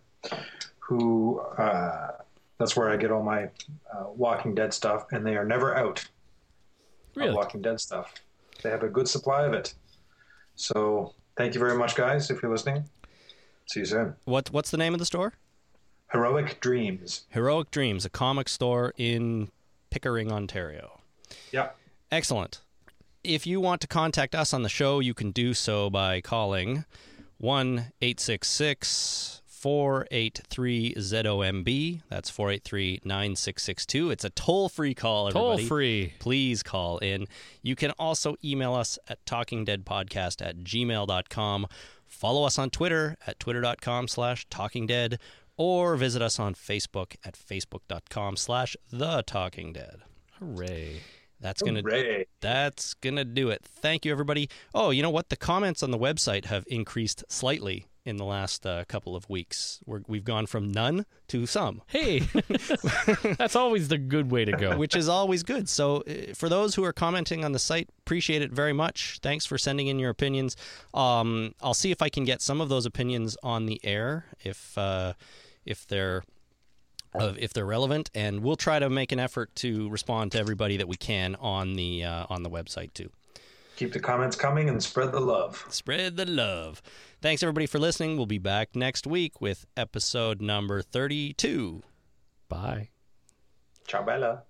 C: who uh, that's where I get all my uh, Walking Dead stuff, and they are never out
B: Really?
C: of Walking Dead stuff. They have a good supply of it. So thank you very much, guys, if you're listening. See you soon.
A: What what's the name of the store?
C: Heroic Dreams.
A: Heroic Dreams, a comic store in Pickering, Ontario.
C: Yeah.
A: Excellent. If you want to contact us on the show, you can do so by calling 1 866 483 ZOMB. That's 483 9662. It's a toll free call,
B: Toll
A: everybody.
B: free.
A: please call in. You can also email us at talkingdeadpodcast at gmail.com. Follow us on Twitter at twitter.com slash talkingdead or visit us on Facebook at facebook.com slash the talking dead.
B: Hooray!
A: That's going to
C: Hooray.
A: that's gonna do it. Thank you, everybody. Oh, you know what? The comments on the website have increased slightly in the last uh, couple of weeks. We're, we've gone from none to some.
B: Hey, [laughs] that's always the good way to go.
A: which is always good. So, uh, for those who are commenting on the site, appreciate it very much. Thanks for sending in your opinions. Um, I'll see if I can get some of those opinions on the air if uh, if they're of if they're relevant, and we'll try to make an effort to respond to everybody that we can on the uh, on the website too.
C: Keep the comments coming and spread the love.
A: Spread the love. Thanks everybody for listening. We'll be back next week with episode number thirty-two.
B: Bye.
C: Ciao, Bella.